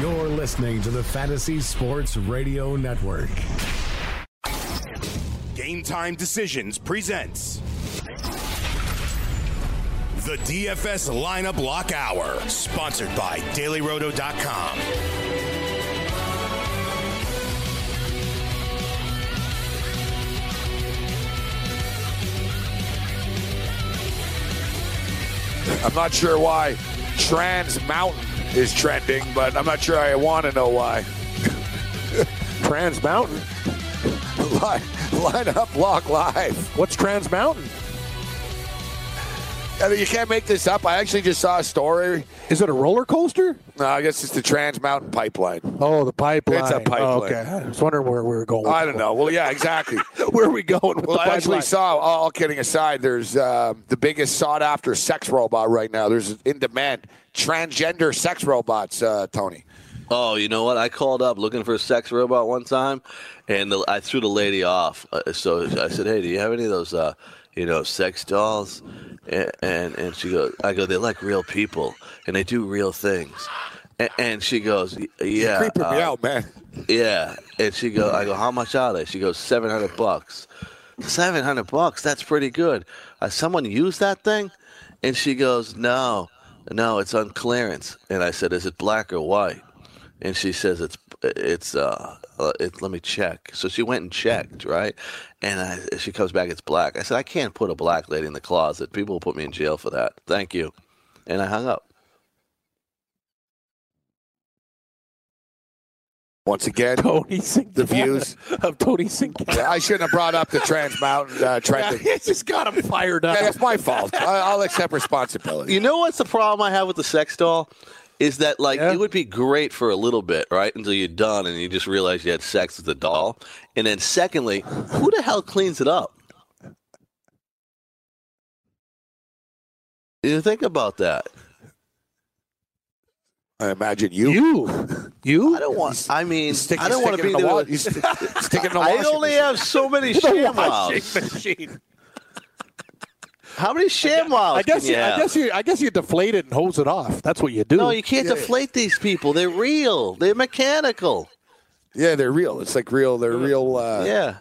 You're listening to the Fantasy Sports Radio Network. Game Time Decisions presents the DFS Lineup Lock Hour, sponsored by DailyRoto.com. I'm not sure why Trans Mountain is trending, but I'm not sure I want to know why. Trans Mountain? Line, line up, lock live. What's Trans Mountain? I mean, you can't make this up. I actually just saw a story. Is it a roller coaster? No, I guess it's the Trans Mountain Pipeline. Oh, the pipeline. It's a Oh, pipeline. okay, I was wondering where we were going. with I don't know. Well, yeah, exactly. that. Where are we going? With Well, the I actually pipeline? saw. All kidding aside, there's uh, the biggest sought-after sex robot right now. There's in demand transgender sex robots. Uh, Tony. Oh, you know what? I called up looking for a sex robot one time, and the, I threw the lady off. Uh, so I said, "Hey, do you have any of those, uh, you know, sex dolls?" And, and and she goes, "I go, they're like real people, and they do real things." And, and she goes, "Y- "Yeah, Creeping me uh, out, man. yeah." And she goes, "I go, how much are they?" She goes, 700 bucks." 700 bucks. That's pretty good. Uh, someone used that thing? And she goes, "No. No, it's on clearance." And I said, "Is it black or white?" and she says it's it's uh uh, it, let me check so she went and checked right and I, she comes back it's black i said i can't put a black lady in the closet people will put me in jail for that thank you and i hung up Once again, Tony Sinclair. The views. of Tony Sinclair. I shouldn't have brought up the Trans Mountain uh, trend. It just got him fired up. Yeah, that's my fault. I, I'll accept responsibility. you know what's the problem i have with the sex doll is that like Yeah. it would be great for a little bit right until you're done and you just realize you had sex with the doll and then secondly who the hell cleans it up you think about that I imagine you. You, you. I don't want. I mean, Stick- I don't want to stick be it in the there. wa- with- you st- stick it in the I washing only machine. have so many sham wows. machine. How many sham wows? I guess can you you, I have? guess you, I guess you deflate it and hose it off. That's what you do. No, you can't deflate these people. They're real. They're mechanical. Yeah, they're real. It's like real. They're real. Uh, Mm. yeah.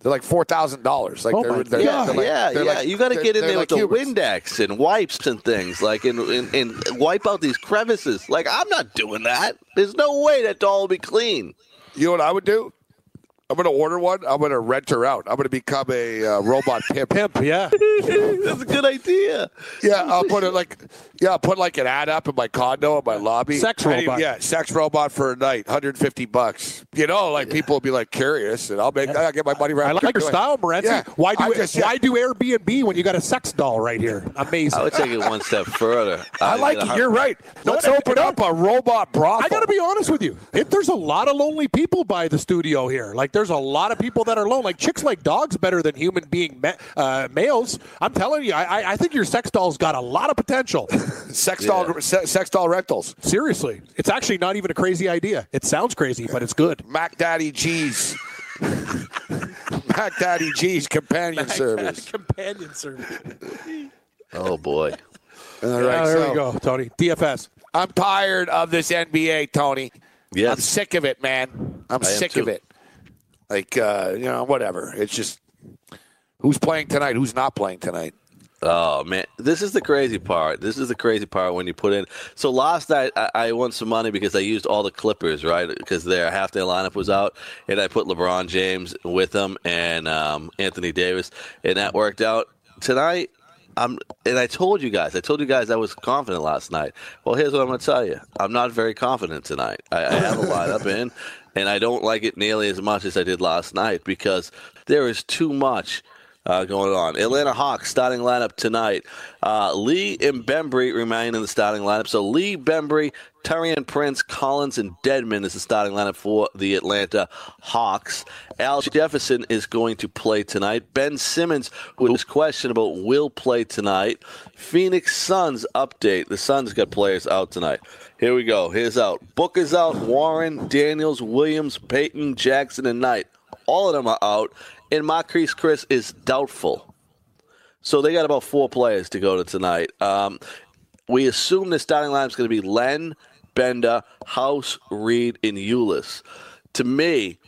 They're like four thousand dollars. Like Oh my they're, they're, yeah, they're like, yeah, they're yeah. like- you got to they're- get in they're there like with Cubans. the Windex and wipes and things like, and, and and wipe out these crevices. Like, I'm not doing that. There's no way that doll will be clean. You know what I would do? I'm gonna order one. I'm gonna rent her out. I'm gonna become a uh, robot pimp. pimp. Yeah, That's a good idea. Yeah, I'll put it like, yeah, I'll put like an ad up in my condo in my lobby. Sex I need- robot. yeah, sex robot for a night, 150 bucks. You know, like people will be like curious, and I'll make, I'll get my money right. I like your style, Morency. Yeah, Why do I just- why do Airbnb when you got a sex doll right here? Amazing. I would take it one step further. I like it. You're right. Let's No, open no. up a robot brothel. I got to be honest with you. If there's a lot of lonely people by the studio here, like there's a lot of people that are lone. Like chicks like dogs better than human being ma- uh, males. I'm telling you, I, I- I think your sex doll's got a lot of potential. sex doll, Yeah. se- sex doll rentals. Seriously, it's actually not even a crazy idea. It sounds crazy, but it's good. Mac Daddy G's. Mac Daddy G's companion service. Companion service. Oh boy. All right, there so Oh, we go, Tony. DFS. I'm tired of this NBA, Tony. Yes. I'm sick of it, man. I'm I am sick of too. it. Like, uh, you know, whatever. It's just who's playing tonight, who's not playing tonight. Oh man, this is the crazy part. This is the crazy part when you put in. So last night I, I won some money because I used all the Clippers, right? Because their half their lineup was out, and I put LeBron James with them and um, Anthony Davis, and that worked out. Tonight, I'm and I told you guys, I told you guys I was confident last night. Well, here's what I'm going to tell you: I'm not very confident tonight. I, I have a lineup in, and I don't like it nearly as much as I did last night because there is too much uh, going on. Atlanta Hawks starting lineup tonight. Uh, Lee and Bembry remain in the starting lineup. So Lee, Bembry, Turian Prince, Collins, and Deadman is the starting lineup for the Atlanta Hawks. Al Jefferson is going to play tonight. Ben Simmons, who is questionable, will play tonight. Phoenix Suns update. The Suns got players out tonight. Here we go. Here's out. Booker's out. Warren, Daniels, Williams, Peyton, Jackson, and Knight. All of them are out, and Marquise Chris is doubtful. So they got about four players to go to tonight. Um, we assume the starting line is going to be Len, Bender, House, Reed, and Euless. To me,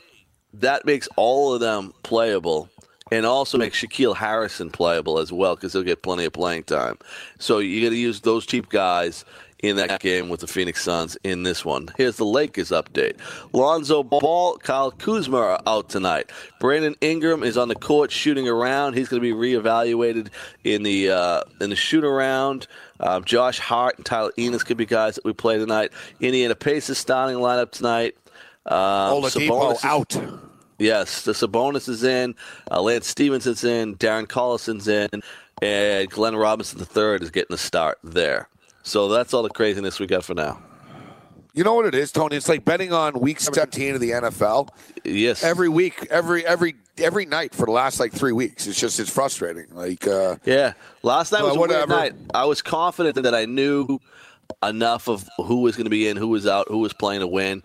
that makes all of them playable and also makes Shaquille Harrison playable as well because he'll get plenty of playing time. So you got to use those cheap guys in that game with the Phoenix Suns in this one. Here's the Lakers update. Lonzo Ball, Kyle Kuzma are out tonight. Brandon Ingram is on the court shooting around. He's going to be reevaluated in the uh, in the shoot around. Um, Josh Hart and Tyler Enos could be guys that we play tonight. Indiana Pacers starting lineup tonight. Um, Oladipo Sabonis is- out. Yes, the Sabonis is in, uh, Lance Stevenson's in, Darren Collison's in, and Glenn Robinson III is getting a start there. So that's all the craziness we got for now. You know what it is, Tony? It's like betting on week 17 of the NFL Yes, every week, every every every night for the last like three weeks. It's just it's frustrating. Like uh, yeah. Last night Well, was a weird whatever. night. I was confident that I knew enough of who was going to be in, who was out, who was playing to win.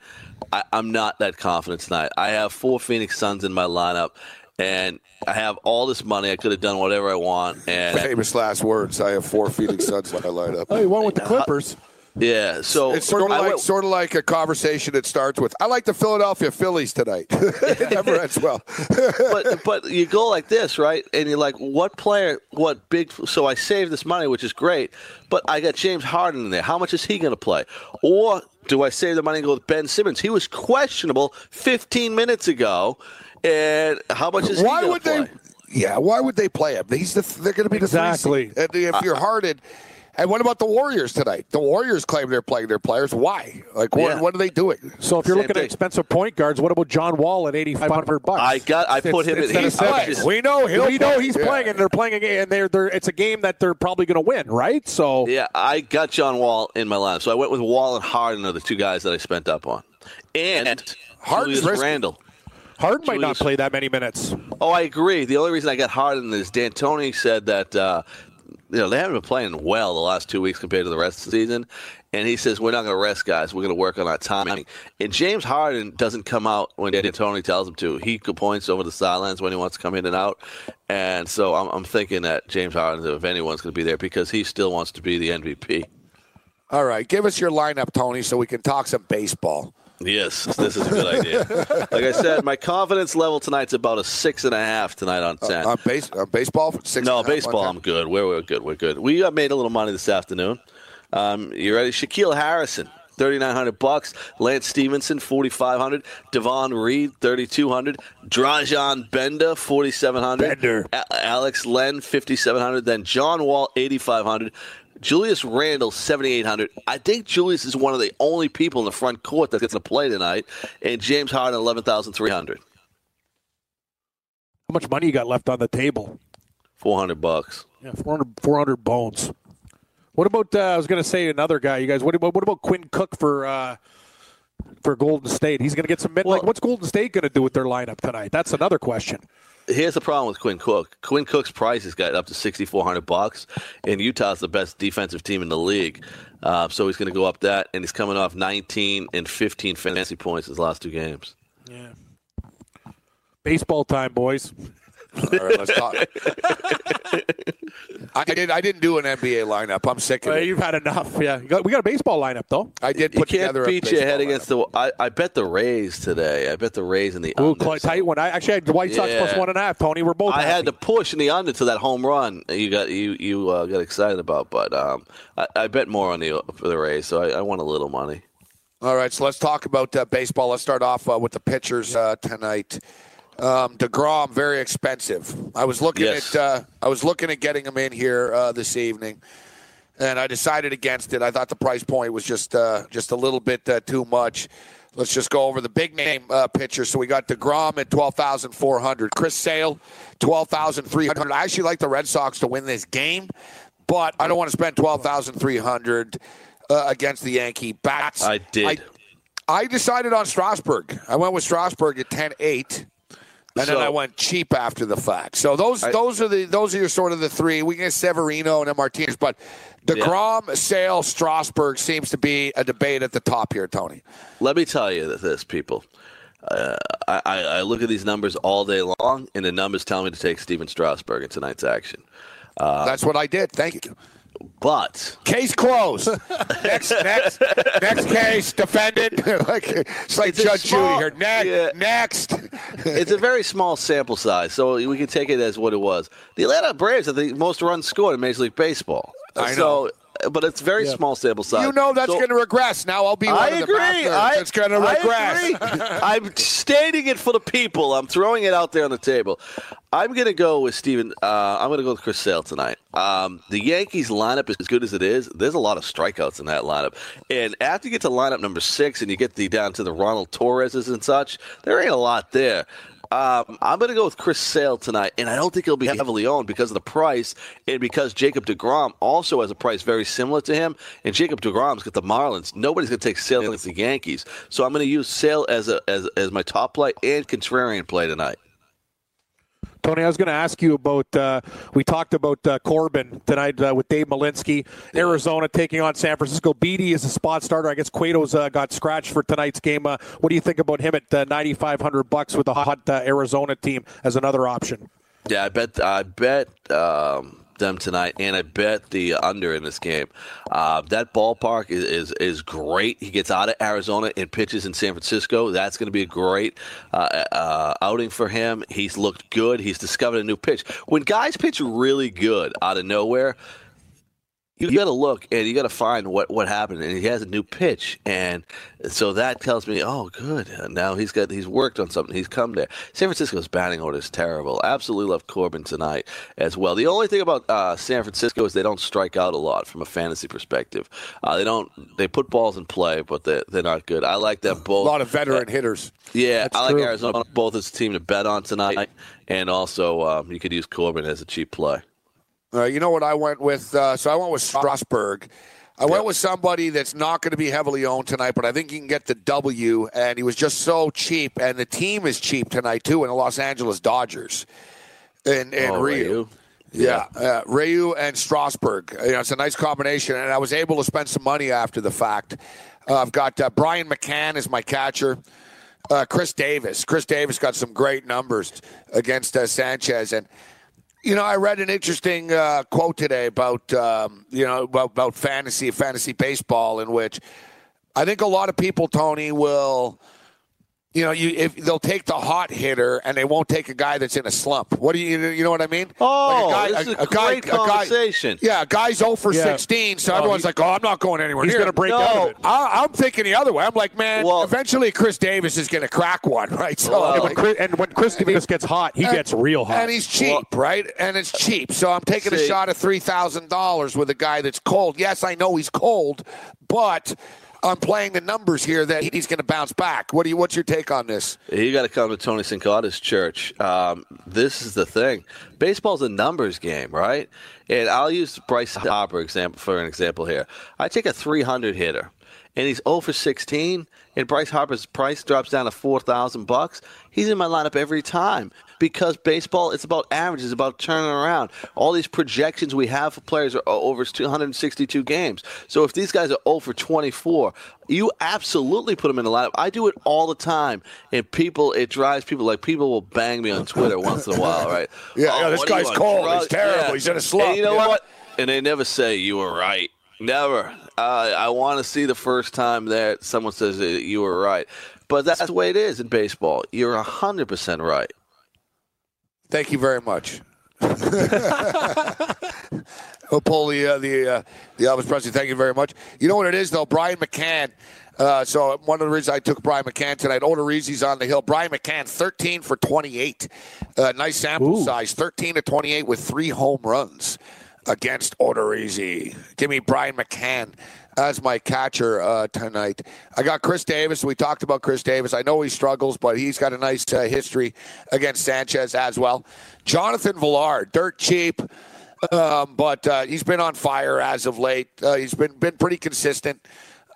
I, I'm not that confident tonight. I have four Phoenix Suns in my lineup, and I have all this money. I could have done whatever I want, and famous last words. I have four Phoenix Suns when I light up. Oh, you won with the Clippers. yeah. So It's sort of I like went- sort of like a conversation that starts with "I like the Philadelphia Phillies tonight." it never ends well. but but you go like this, right? And you're like, what player, what big? So I saved this money, which is great. But I got James Harden in there. How much is he going to play? Or do I save the money and go with Ben Simmons? He was questionable 15 minutes ago. And how much is why he gonna would they? play? Yeah, why would they play him? He's the, they're going to be the three Exactly. seed. And if you're hearted, and what about the Warriors tonight? The Warriors claim they're playing their players. Why? Like, what, Yeah. what are they doing? So if you're Same looking thing. at expensive point guards, what about John Wall at 8,500 bucks? I got- I put him at instead of 8,500. seven. We know he'll we know he's Yeah. playing, and they're playing a game, and they're, they're it's a game that they're probably going to win, right? So Yeah, I got John Wall in my lineup, so I went with Wall and Harden are the two guys that I spent up on, and Harden's Julius risky. Randle. Harden might not Julius- play that many minutes. Oh, I agree. The only reason I got Harden is D'Antoni said that uh, you know they haven't been playing well the last two weeks compared to the rest of the season, and he says we're not going to rest guys. We're going to work on our timing. And James Harden doesn't come out when D'Antoni tells him to. He points over the sidelines when he wants to come in and out. And so I'm, I'm thinking that James Harden, if anyone's going to be there, because he still wants to be the MVP. All right, give us your lineup, Tony, so we can talk some baseball. Yes, this is a good idea. Like I said, my confidence level tonight's about a six and a half tonight on ten. On Uh, base, on baseball, six. No, and a half, baseball. okay. I'm good. We're, we're good. We're good. We uh, made a little money this afternoon. Um, you ready? Shaquille Harrison, thirty nine hundred bucks. Lance Stevenson, forty five hundred. Devon Reed, thirty two hundred. Drajon Bender, forty seven hundred. Bender. A- Alex Len, fifty seven hundred. Then John Wall, eighty five hundred. Julius Randle, 7,800. I think Julius is one of the only people in the front court that gets to play tonight. And James Harden, 11,300. How much money you got left on the table? 400 bucks. Yeah, 400, 400 bones. What about? Uh, I was going to say another guy. You guys, what about what about Quinn Cook for uh, for Golden State? He's going to get some. Mid- like, what's Golden State going to do with their lineup tonight? That's another question. here's the problem with Quinn Cook. Quinn Cook's price has got up to sixty four hundred bucks, and Utah's the best defensive team in the league. Uh, so he's going to go up that, and he's coming off nineteen and fifteen fantasy points his last two games. Baseball time, boys. All right, let's talk. I did. I didn't do an NBA lineup. I'm sick of Uh, it. you've had enough. Yeah, You got- we got a baseball lineup though. I did You put can't together a beat your baseball head lineup. against the. I, I bet the Rays today. I bet the Rays in the. Ooh, under, cl- so- tight one. I actually had the White Sox Yeah. plus one and a half. Tony, we're both. I had happy. to push in the under to that home run. You got you you uh, got excited about, but um, I, I bet more on the for the Rays, so I, I won a little money. All right, so let's talk about uh, baseball. Let's start off uh, with the pitchers uh, tonight. Um, Degrom very expensive. I was looking Yes. at uh, I was looking at getting him in here uh, this evening, and I decided against it. I thought the price point was just uh, just a little bit uh, too much. Let's just go over the big name uh, pitchers. So we got Degrom at twelve thousand four hundred, Chris Sale twelve thousand three hundred. I actually like the Red Sox to win this game, but I don't want to spend twelve thousand three hundred uh, against the Yankee bats. I did. I decided on Strasburg. I went with Strasburg at 10-8. And So- then I went cheap after the fact. So those those are the those are your sort of the three. We can get Severino and then Martinez, but DeGrom, Sale, Strasburg seems to be a debate at the top here, Tony. Let me tell you this, people. Uh, I, I I look at these numbers all day long, and the numbers tell me to take Steven Strasburg in tonight's action. That's what I did. Thank you. But Case closed. next, next, next case. Defended. like it's like It's a Judge Judy small- here. Next, yeah. Uh, next. it's a very small sample size, so we can take it as what it was. The Atlanta Braves are the most runs scored in Major League Baseball. I So, but it's very small sample size. you know that's So- going to regress. Now I'll be one I of the agree. mouth nerds I, that's going to regress. I am stating it for the people. I'm throwing it out there on the table. I'm going to go with Steven. Uh, I'm going to go with Chris Sale tonight. Um, the Yankees lineup is as good as it is. There's a lot of strikeouts in that lineup. And after you get to lineup number six and you get the down to the Ronald Torreses and such, there ain't a lot there. Um, I'm going to go with Chris Sale tonight, and I don't think he'll be heavily owned because of the price and because Jacob DeGrom also has a price very similar to him. And Jacob DeGrom's got the Marlins. Nobody's going to take Sale against the Yankees. So I'm going to use Sale as, a, as, as my top play and contrarian play tonight. Tony, I was going to ask you about. Uh, we talked about uh, Corbin tonight uh, with Dave Malinsky, Arizona taking on San Francisco. Beatty is a spot starter. I guess Cueto's uh, got scratched for tonight's game. Uh, what do you think about him at uh, ninety five hundred bucks with the hot uh, Arizona team as another option? Yeah, I bet I bet um, them tonight, and I bet the under in this game. Uh, that ballpark is, is is great. He gets out of Arizona and pitches in San Francisco. That's going to be a great uh, uh, outing for him. He's looked good. He's discovered a new pitch. When guys pitch really good out of nowhere, you got to look and you got to find what what happened and he has a new pitch and so that tells me oh good now he's got he's worked on something he's come there san francisco's batting order is terrible absolutely love corbin tonight as well the only thing about uh, san francisco is they don't strike out a lot from a fantasy perspective uh, they don't they put balls in play but they're, they're not good i like them A both Uh, lot of veteran hitters. yeah i like true. arizona both as a team to bet on tonight and also um, you could use corbin as a cheap play Uh, you know what I went with? Uh, so I went with Strasburg. I went with somebody that's not going to be heavily owned tonight, but I think you can get the W. And he was just so cheap, and the team is cheap tonight too, in the Los Angeles Dodgers. And and Oh, Ryu. Ryu. Yeah, uh, Ryu and Strasburg. You know, it's a nice combination, and I was able to spend some money after the fact. Uh, I've got uh, Brian McCann as my catcher. Uh, Chris Davis. Chris Davis got some great numbers against uh, Sanchez, and you know, I read an interesting uh, quote today about um, you know about, about fantasy fantasy baseball, in which I think a lot of people, Tony, will you know you if they'll take the hot hitter and they won't take a guy that's in a slump. What do you you know what I mean? Oh, this is a great A conversation. guy, yeah, a guy's 0 for Yeah. 16, so everyone's like, "Oh, I'm not going anywhere." He's near." going to break out of it. I, I'm thinking the other way. I'm like, man, Well- eventually Chris Davis is going to crack one, right? So Well- I'm And And like- when, Chris, and when Chris Davis gets hot, he and- gets real hot. And he's cheap, right? And it's cheap. So I'm taking a See. shot at three thousand dollars with a guy that's cold. Yes, I know he's cold, but I'm playing the numbers here that he's going to bounce back. What do you? What's your take on this? You got to come to Tony Sincotta's church. Um, this is the thing. Baseball's a numbers game, right? And I'll use Bryce Harper example for an example here. I take a 300 hitter, and he's 0 for 16, and Bryce Harper's price drops down to 4,000 bucks. He's in my lineup every time because baseball it's about averages, it's about turning around. All these projections we have for players are o- over 262 games. So if these guys are 0 for 24, you absolutely put them in the lineup. I do it all the time, and people it drives people like people will bang me on Twitter once in a while, right? Oh, Yeah, yeah, this what are you guy's on cold. drugs? He's terrible. He's in a slump. And you know Yeah. what? And they never say you were right. Never. Uh, I want to see the first time that someone says that you were right. But that's the way it is in baseball. You're 100% right. Thank you very much. we'll pull the uh, the uh, the Elvis Presley. Thank you very much. You know what it is though, Brian McCann. Uh, so one of the reasons I took Brian McCann tonight, Odorizzi's on the hill. Brian McCann, 13 for 28. Uh, nice sample size, 13 to 28 with three home runs against Odorizzi. Give me Brian McCann as my catcher uh, tonight. I got Chris Davis. We talked about Chris Davis. I know he struggles, but he's got a nice uh, history against Sanchez as well. Jonathan Villar, dirt cheap um, but uh, he's been on fire as of late. Uh, he's been been pretty consistent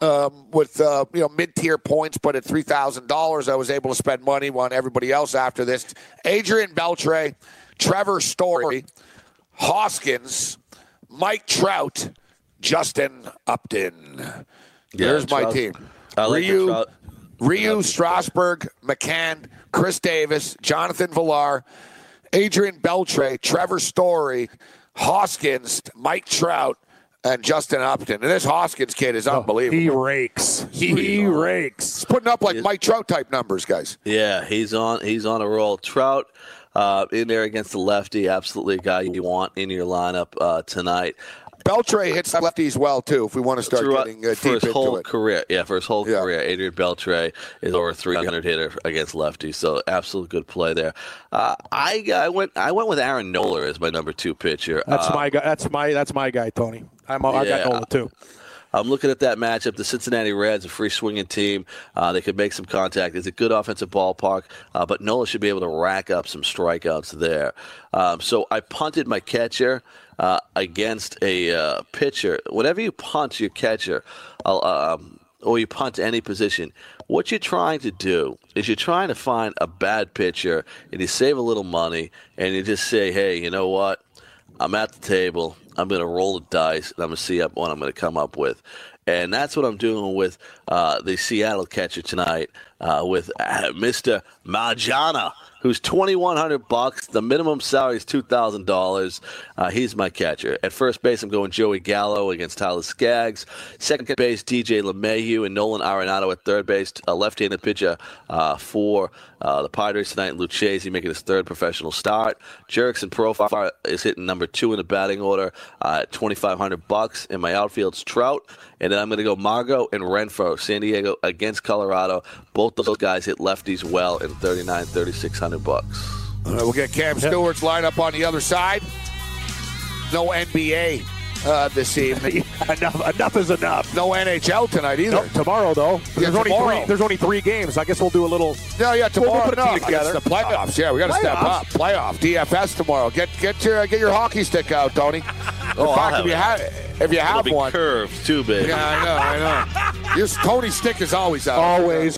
um, with uh, you know mid tier points, but at three thousand dollars, I was able to spend money on everybody else after this. Adrian Beltre, Trevor Story, Hoskins, Mike Trout, Justin Upton. Yeah, There's my Trout- team. I like the Ryu, Trout. Ryu, Strasburg, McCann, Chris Davis, Jonathan Villar, Adrian Beltre, Trevor Story, Hoskins, Mike Trout, and Justin Upton. And this Hoskins kid is unbelievable. Oh, He rakes. He rakes. He's putting up like Mike Trout type numbers, guys. Yeah, he's on he's on a roll. Trout uh, in there against the lefty, absolutely a guy you want in your lineup uh, tonight. Beltray hits lefties well too. If we want to start Throughout- getting uh, for deep his into whole it, career, yeah, for his whole Yeah. career, Adrian Beltre is over 300 hitter against lefty, so absolute good play there. Uh, I I went I went with Aaron Noller as my number two pitcher. That's Uh, my guy. That's my. That's my guy, Tony. I'm. I Yeah. got Nola too. I'm looking at that matchup. The Cincinnati Reds, a free swinging team, uh, they could make some contact. It's a good offensive ballpark, uh, but Nola should be able to rack up some strikeouts there. Um, so I punted my catcher uh, against a uh, pitcher. Whenever you punt your catcher, uh, um, or you punt any position, what you're trying to do is you're trying to find a bad pitcher and you save a little money and you just say, hey, you know what? I'm at the table. I'm going to roll the dice, and I'm going to see up what I'm going to come up with. And that's what I'm doing with uh, the Seattle catcher tonight uh, with uh, Mr. Marjana, who's 2100 bucks. The minimum salary is $2,000. Uh, he's my catcher. At first base, I'm going Joey Gallo against Tyler Skaggs. Second base, DJ LeMahieu and Nolan Arenado at third base. A left-handed pitcher uh, for uh, the Padres tonight. Lucchese making his third professional start. Jerickson Profar is hitting number two in the batting order uh, at 2500 bucks. And my outfield's Trout. And then I'm going to go Margot and Renfro, San Diego against Colorado. Both those guys hit lefties well in 39, 3600 bucks. Uh, we'll get Cam Stewart's lineup on the other side. No NBA uh, this evening. enough. Enough is enough. no NHL tonight either. Nope, tomorrow though. Yeah, there's only tomorrow. three. There's only three games. I guess we'll do a little. No, yeah, we'll tomorrow. put a team no, together. It's the playoffs. Yeah, we got to step Playoffs? up. Playoff DFS tomorrow. Get get your get your hockey stick out, Tony. Oh, In I'll fact, have if you it. have if you It'll have be one, curved too, baby. yeah, I know, I know. Your Tony stick is always out. Always.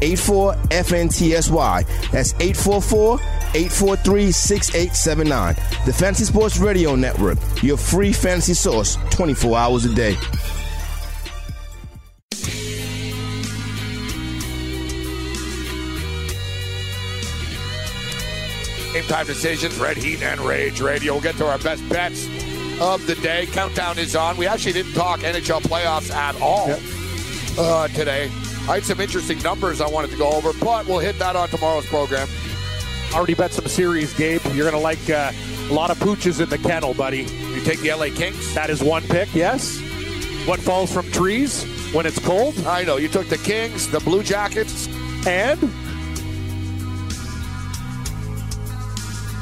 84 FNTSY. That's 844 843 6879. The Fantasy Sports Radio Network, your free fantasy source 24 hours a day. Game time decisions, red heat and rage radio. We'll get to our best bets of the day. Countdown is on. We actually didn't talk NHL playoffs at all uh, today. I had some interesting numbers I wanted to go over, but we'll hit that on tomorrow's program. Already bet some series, Gabe. You're gonna like uh, a lot of pooches in the kennel, buddy. You take the LA Kings. That is one pick. Yes. What falls from trees when it's cold? I know you took the Kings, the Blue Jackets. And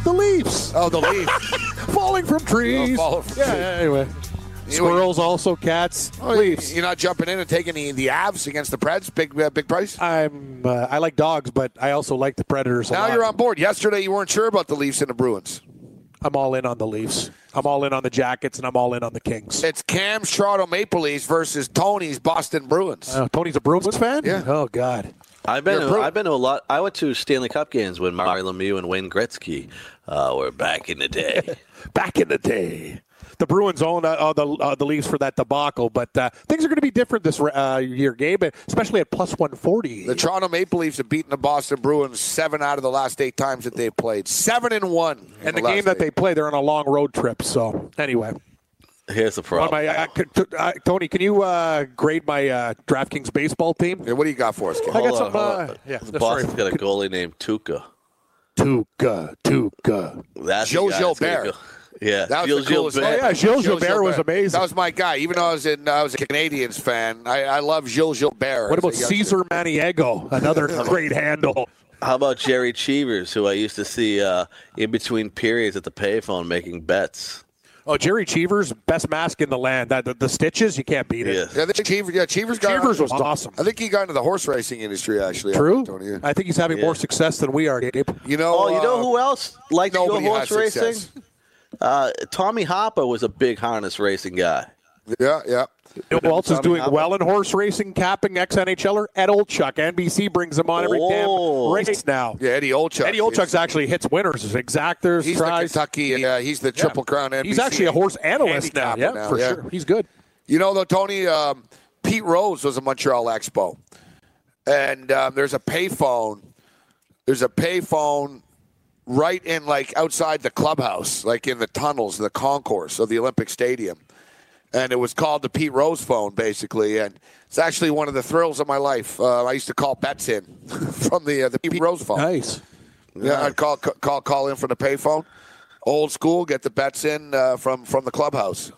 the leaves Oh, the Leafs. falling from trees. falling from yeah. trees. Anyway, squirrels also cats. Oh, leaves. You're not jumping in and taking the the Avs against the Preds. Big uh, big price. I'm. Uh, I like dogs, but I also like the predators. a Now lot. you're on board. Yesterday you weren't sure about the Leafs and the Bruins. I'm all in on the Leafs. I'm all in on the Jackets, and I'm all in on the Kings. It's Cam's Toronto Maple Leafs versus Tony's Boston Bruins. Uh, Tony's a Bruins fan. Yeah. Oh God. I've been You're to, pro- I've been to a lot. I went to Stanley Cup games when Mario Lemieux and Wayne Gretzky uh, were back in the day. Back in the day, the Bruins owned uh, uh, the uh, the Leafs for that debacle, but uh, things are going to be different this uh, year, Gabe, especially at plus 140. The Toronto Maple Leafs have beaten the Boston Bruins seven out of the last eight times that they've played. Seven and one. in and the last game that eight. they play, they're on a long road trip. So anyway, Here's the on problem. my, I, I- could- t- I- Tony, can you uh, grade my uh, DraftKings baseball team? Yeah, what do you got for us, Cam? I got Hold on, some, hold on. uh, yeah, The that's Boston's right. got a goalie named Tuca. Tuca, Tuca. That's Joe the guy that's gonna Gilbert. go- Yeah, That was Gil the coolest Gilbert. Oh, yeah, Gilles Gilbert was amazing. That was my guy. Even though I was in, uh, I was a Canadians fan. I, I love Gilles Gilbert. What about He's a young- Caesar Maniego? Another great handle. How about Jerry Cheevers, who I used to see uh, in between periods at the payphone making bets? Oh, Jerry Cheever's best mask in the land. That the, the stitches, you can't beat it. Yeah. Yeah, I think Cheever, yeah, Cheever's got Cheever's was awesome. I think he got into the horse racing industry actually. True. Tony. Yeah. I think he's having more success than we are, Gabe. You know, Oh, you know uh, who else liked to go nobody horse has racing? success. Uh, Tommy Hopper was a big harness racing guy. Yeah, yeah. You know who else is Tommy doing Hopper. well in horse racing, capping ex NHLer? er, Ed Olchuk. NBC brings him on every damn Oh. race now. Yeah, Eddie Olchuk. Eddie Olchuk's He's- actually hits winners, exacters, He's the tries. Kentucky, and uh, he's the Yeah. Triple Crown NBC. He's actually a horse analyst now. handicapper Yeah, now, for yeah. sure. He's good. You know, though, Tony, um, Pete Rose was a Montreal Expo, and um, there's a payphone. There's a payphone right in like outside the clubhouse, like in the tunnels, the concourse of the Olympic Stadium, and it was called the Pete Rose phone, basically. And it's actually one of the thrills of my life. Uh, I used to call bets in from the uh, the Pete Rose phone. Nice. Yeah, I'd call call call in from the payphone. Old school, get the bets in uh, from from the clubhouse.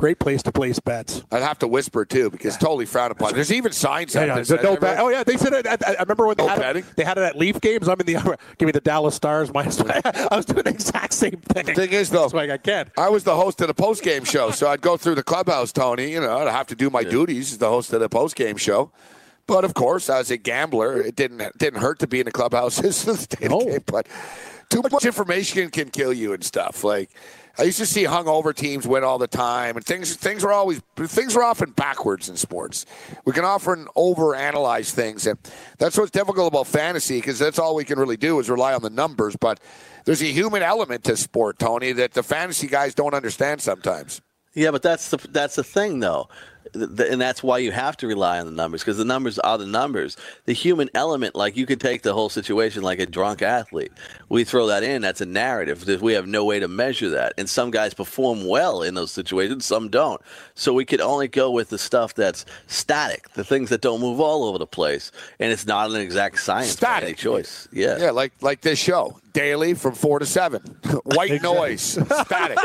Great place to place bets. I'd have to whisper too because totally frowned upon. There's even signs Yeah, out yeah, there. so that no never- bet- Oh yeah, they said it. At, I remember when they, No had betting? it, they had it at Leaf games. I'm in the give me the Dallas Stars minus. I was doing the exact same thing. Thing is though, It's like I can't. I was the host of the post game show, so I'd go through the clubhouse, Tony. You know, I'd have to do my duties as the host of the post game show. But of course, as a gambler, it didn't it didn't hurt to be in the clubhouses. of the No. game, but too much information can kill you and stuff. Like I used to see hungover teams win all the time, and things things are always things are often backwards in sports. We can often overanalyze things, and that's what's difficult about fantasy because that's all we can really do is rely on the numbers. But there's a human element to sport, Tony, that the fantasy guys don't understand sometimes. Yeah, but that's the that's the thing though, Th- th- and that's why you have to rely on the numbers because the numbers are the numbers. The human element, like you could take the whole situation like a drunk athlete. We throw that in. That's a narrative. Th- We have no way to measure that, and some guys perform well in those situations. Some don't. So we could only go with the stuff that's static, the things that don't move all over the place, and it's not an exact science. by any Static. choice. Yeah. Yeah, like like this show daily from four to seven. White noise, static.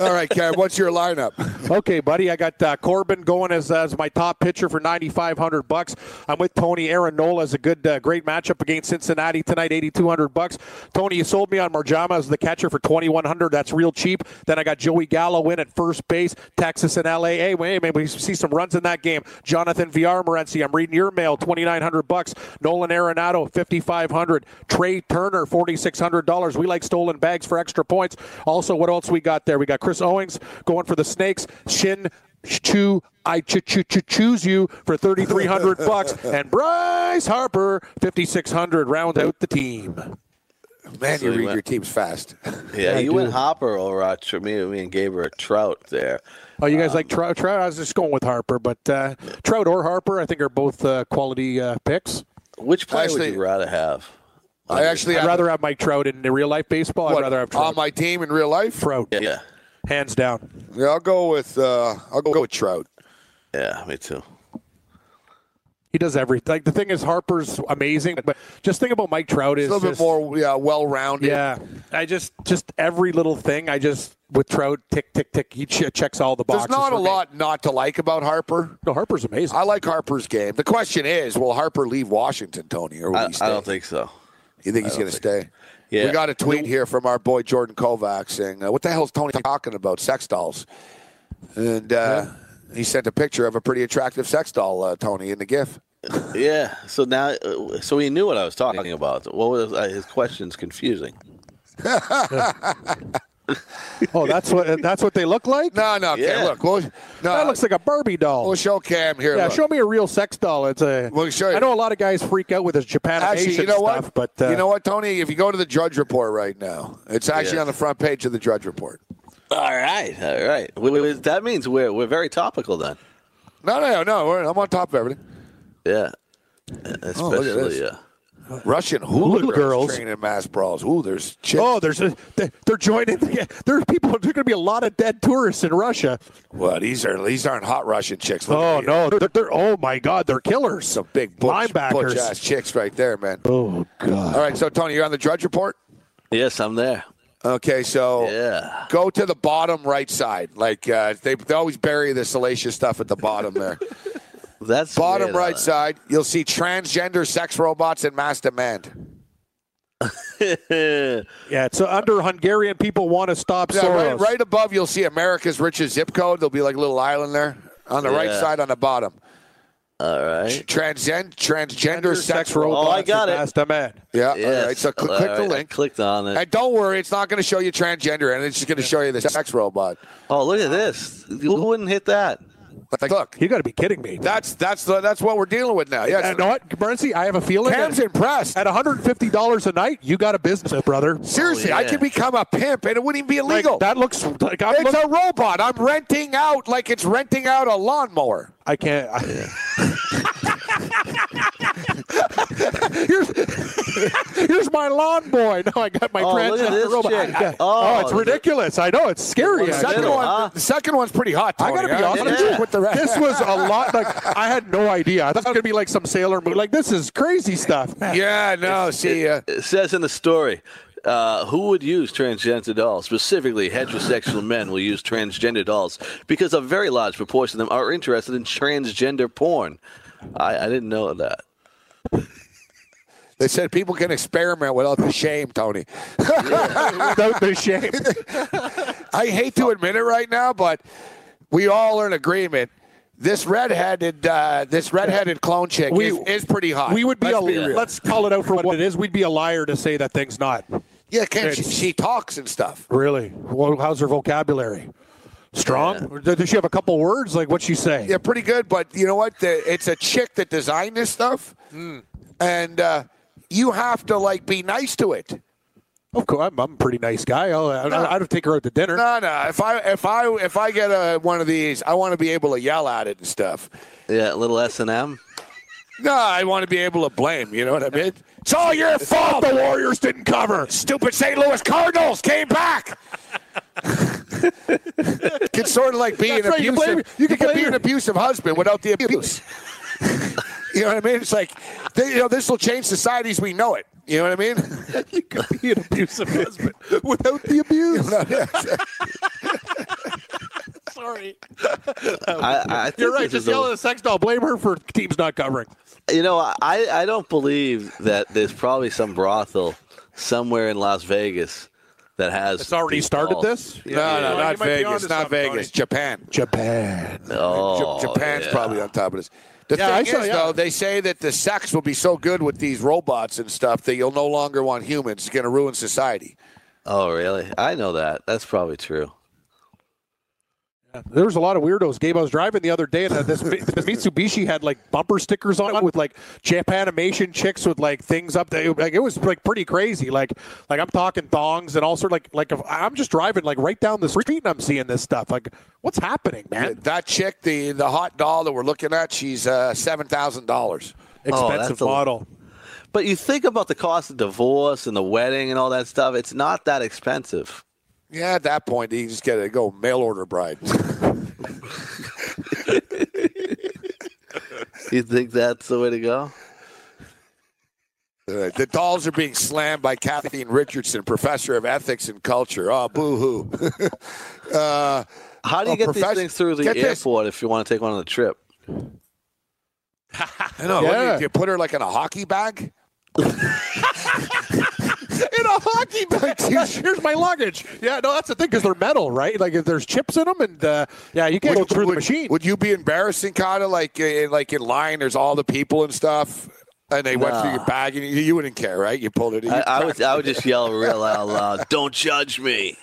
All right, Karen, what's your lineup? Okay, buddy, I got uh, Corbin going as, as my top pitcher for ninety five hundred bucks. I'm with Tony Aaron Nola as a good uh, great matchup against Cincinnati tonight, eighty two hundred bucks. Tony, you sold me on Marjama as the catcher for twenty one hundred. That's real cheap. Then I got Joey Gallo in at first base, Texas and LA. Hey, wait, maybe we see some runs in that game. Jonathan VR Morency, I'm reading your mail, twenty nine hundred bucks. Nolan Arenado, fifty five hundred. Trey Turner, forty six hundred dollars. We like stolen bags for extra points. Also, what else we got there? We got Chris Owings going for the Snakes. Shin Chu, I ch- ch- ch- choose you for thirty three hundred bucks, and Bryce Harper, fifty six hundred. Round out the team. Man, So you he read went- your teams fast. Yeah, you went Hopper or uh, Tr- me, me and Gabe are Trout there. Oh, you guys like Trout? Trout? I was just going with Harper, but uh, Trout or Harper, I think are both uh, quality uh, picks. Which player Actually- would you rather have? I actually I'd have- rather have Mike Trout in the real life baseball. what, I'd rather have on Trout. my team in real life. Trout, Yeah, hands down. Yeah, I'll go with uh, I'll go with Trout. yeah, me too. He does everything. Like the thing is, Harper's amazing, but just think about Mike Trout A is little just- bit more yeah, well-rounded. Yeah, I just just every little thing. I just with Trout, tick tick tick. He ch- checks all the There's boxes. not for a me. lot not to like about Harper. No, Harper's amazing. I like Harper's game. The question is, will Harper leave Washington, Tony, or will I, he stay? I don't think so. you think he's going to stay? Yeah. We got a tweet here from our boy Jordan Kovac saying, uh, "What the hell's Tony talking about? Sex dolls?" And uh, he sent a picture of a pretty attractive sex doll, uh, Tony, in the GIF. Yeah. So now, uh, so he knew what I was talking about. What was uh, his question's confusing? Oh, that's what that's what they look like. No, no, okay, Yeah. look, we'll, no, that looks like a Barbie doll. we'll show Cam here. yeah, look. show me a real sex doll. It's a. We'll show you. I know a lot of guys freak out with his Japanimation Actually, you know stuff, what? but uh, you know what, Tony? If you go to the Drudge Report right now, it's actually Yeah. on the front page of the Drudge Report. All right, all right. We, we- that means we're we're very topical then. No, no, no. we're- I'm on top of everything. Yeah. Oh, look at Especially. this. uh, Russian hula, girls Hula girls. training in mass brawls. Ooh, there's chicks. Oh, there's a, they- they're joining. The, there are people. There's going to be a lot of dead tourists in Russia. Well, these are these aren't hot Russian chicks. Look Oh at these. no, they're, they're oh my god, they're killers. some big butch, butch ass linebackers. chicks right there, man. Oh god. All right, so Tony, you're on the Drudge Report. Yes, I'm there. Okay, so Yeah. go to the bottom right side. Like uh, they, they always bury the salacious stuff at the bottom there. That's bottom weird, right huh? side, you'll see transgender sex robots in mass demand. Yeah, it's uh, under Hungarian people want to stop Yeah, right, Soros. right above, you'll see America's richest zip code. There'll be like a little island there on the right Yeah. side on the bottom. All right. Transgen- transgender Gender sex sex robot. Oh, I got it. Master man. Yeah. Yes. All right. So cl- All click the right, I link. clicked on it. and don't worry, it's not going to show you transgender, and it's just going to show you the sex robot. oh, look at this. Who wouldn't hit that? Like, look, You got to be kidding me. that's that's the, that's what we're dealing with now. you Yes. know what, Bernsie? I have a feeling. Cam's that impressed. At $150 a night, you got a business, brother. Seriously, I Oh, yeah. could become a pimp, and it wouldn't even be Like, illegal. that looks like I'm it's look- a robot. I'm renting out like it's renting out a lawnmower. I can't. I, here's, here's my lawn boy. Now I got my Oh, look transgender at this robot. chick. Yeah. Oh, oh, it's the- ridiculous. I know it's scary. Yeah, The I second did it, one, huh? the second one's pretty hot. I gotta Tony, be huh? honest Let's Yeah. with you. the This was a lot. Like I had no idea. I thought it was gonna be like some Sailor Moon. Like this is crazy stuff. Yeah, no, see, uh, It says in the story, uh, who would use transgender dolls? Specifically, heterosexual men will use transgender dolls because a very large proportion of them are interested in transgender porn. I, I didn't know that. they said people can experiment without the shame, Tony. uh, Without the shame. I hate to admit it right now, but we all are in agreement. This redheaded, uh, this redheaded clone chick We- is, is pretty hot. We would be Let's a. real. let's call it out for what it is. We'd be a liar to say that thing's not. yeah, can she, it's- she talks and stuff. Really? Well, how's her vocabulary? Strong? Or Does she have a couple words? Like what's she say? Yeah, pretty good. But you know what? The, it's a chick that designed this stuff, Hmm. and uh, you have to like be nice to it. Of course, I'm, I'm a pretty nice guy. I'll, I'd, I'd take her out to dinner. No, no. If I if I if I get a, one of these, I want to be able to yell at it and stuff. Yeah, little S and M. No, I want to be able to blame. You know what I mean? It's Oh, all your fault. The Warriors didn't cover. Stupid St. Louis Cardinals came back. it's sort of like being That's right, you abusive. can blame- you can can be blame- an abusive husband without the abuse. you know what I mean? It's like, they, you know, this will change societies. we know it. You know what I mean? You could be an abusive husband without the abuse. Sorry. I, I think You're right. this Just is a- yell at the sex doll. Blame her for teams not covering. You know, I, I don't believe that there's probably some brothel somewhere in Las Vegas that has. It's already these started dolls. this? Yeah, no, no, yeah. not you might be Vegas. onto Not something, Vegas. Tony. Japan. Japan. Oh, Ja- Japan's yeah. probably on top of this. The Yeah, thing I saw- is, yeah. though, they say that the sex will be so good with these robots and stuff that you'll no longer want humans. It's going to ruin society. Oh, really? I know that. That's probably true. There was a lot of weirdos. Gabe, I was driving the other day, and uh, this this Mitsubishi had like bumper stickers on it with like Japanimation chicks with like things up there. Like it was like pretty crazy. Like like I'm talking thongs and all sort like like if I'm just driving like right down the street and I'm seeing this stuff. Like what's happening, man? That chick, the the hot doll that we're looking at, she's uh, seven thousand dollars. Oh, that's Expensive a- model. But you think about the cost of divorce and the wedding and all that stuff. It's not that expensive. Yeah, at that point, you just got to go mail order bride. You think that's the way to go? Uh, the dolls are being slammed by Kathleen Richardson, professor of ethics and culture. Oh, boo hoo. uh, How do you Oh, get profess- these things through the get this. airport if you want to take one on a trip? I know. what do you- Yeah. do you put her like in a hockey bag? in a hockey bag. Here's my luggage. Yeah, no, that's the thing because they're metal, right? Like if there's chips in them, and uh, yeah, you can't go through the machine. Would you be embarrassing, kind of like uh, like in line? There's all the people and stuff, and they went through your bag, and you, you wouldn't care, right? You pulled it. I, I would I would just yell real out loud, "Don't judge me."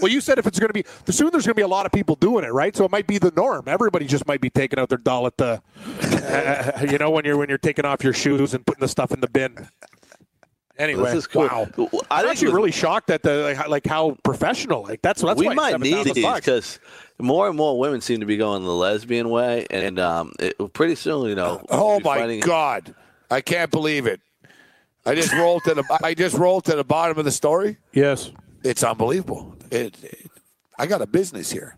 well, you said if it's going to be soon, there's going to be a lot of people doing it, right? So it might be the norm. Everybody just might be taking out their doll at the, uh, you know, when you're when you're taking off your shoes and putting the stuff in the bin. Anyway, This is cool. wow. I I'm think actually with- really shocked at the like, how- like how professional. Like that's that's we why it's might need 7,000 these bucks. because more and more women seem to be going the lesbian way, and um, it, pretty soon, you know. Oh we'll be my fighting- god, I can't believe it. I just rolled to the I just rolled to the bottom of the story. Yes. It's unbelievable. It, it- I got a business here.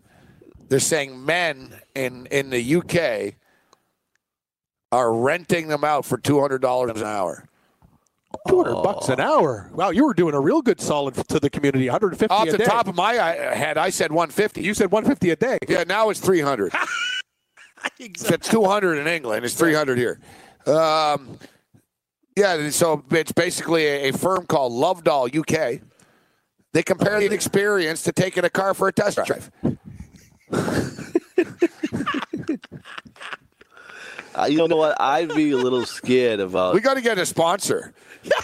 They're saying men in in the UK are renting them out for two hundred dollars an hour. Two hundred bucks an hour. Wow, you were doing a real good solid to the community. One hundred fifty Off a the day. top of my uh, head, I said one fifty. you said one fifty a day. Yeah, now it's 300. If it's 200 in England, it's 300 here. Um, Yeah, so it's basically a, a firm called Lovedoll UK. They compare the experience to taking a car for a test drive. Uh, you know what? I'd be a little scared about We got to get a sponsor.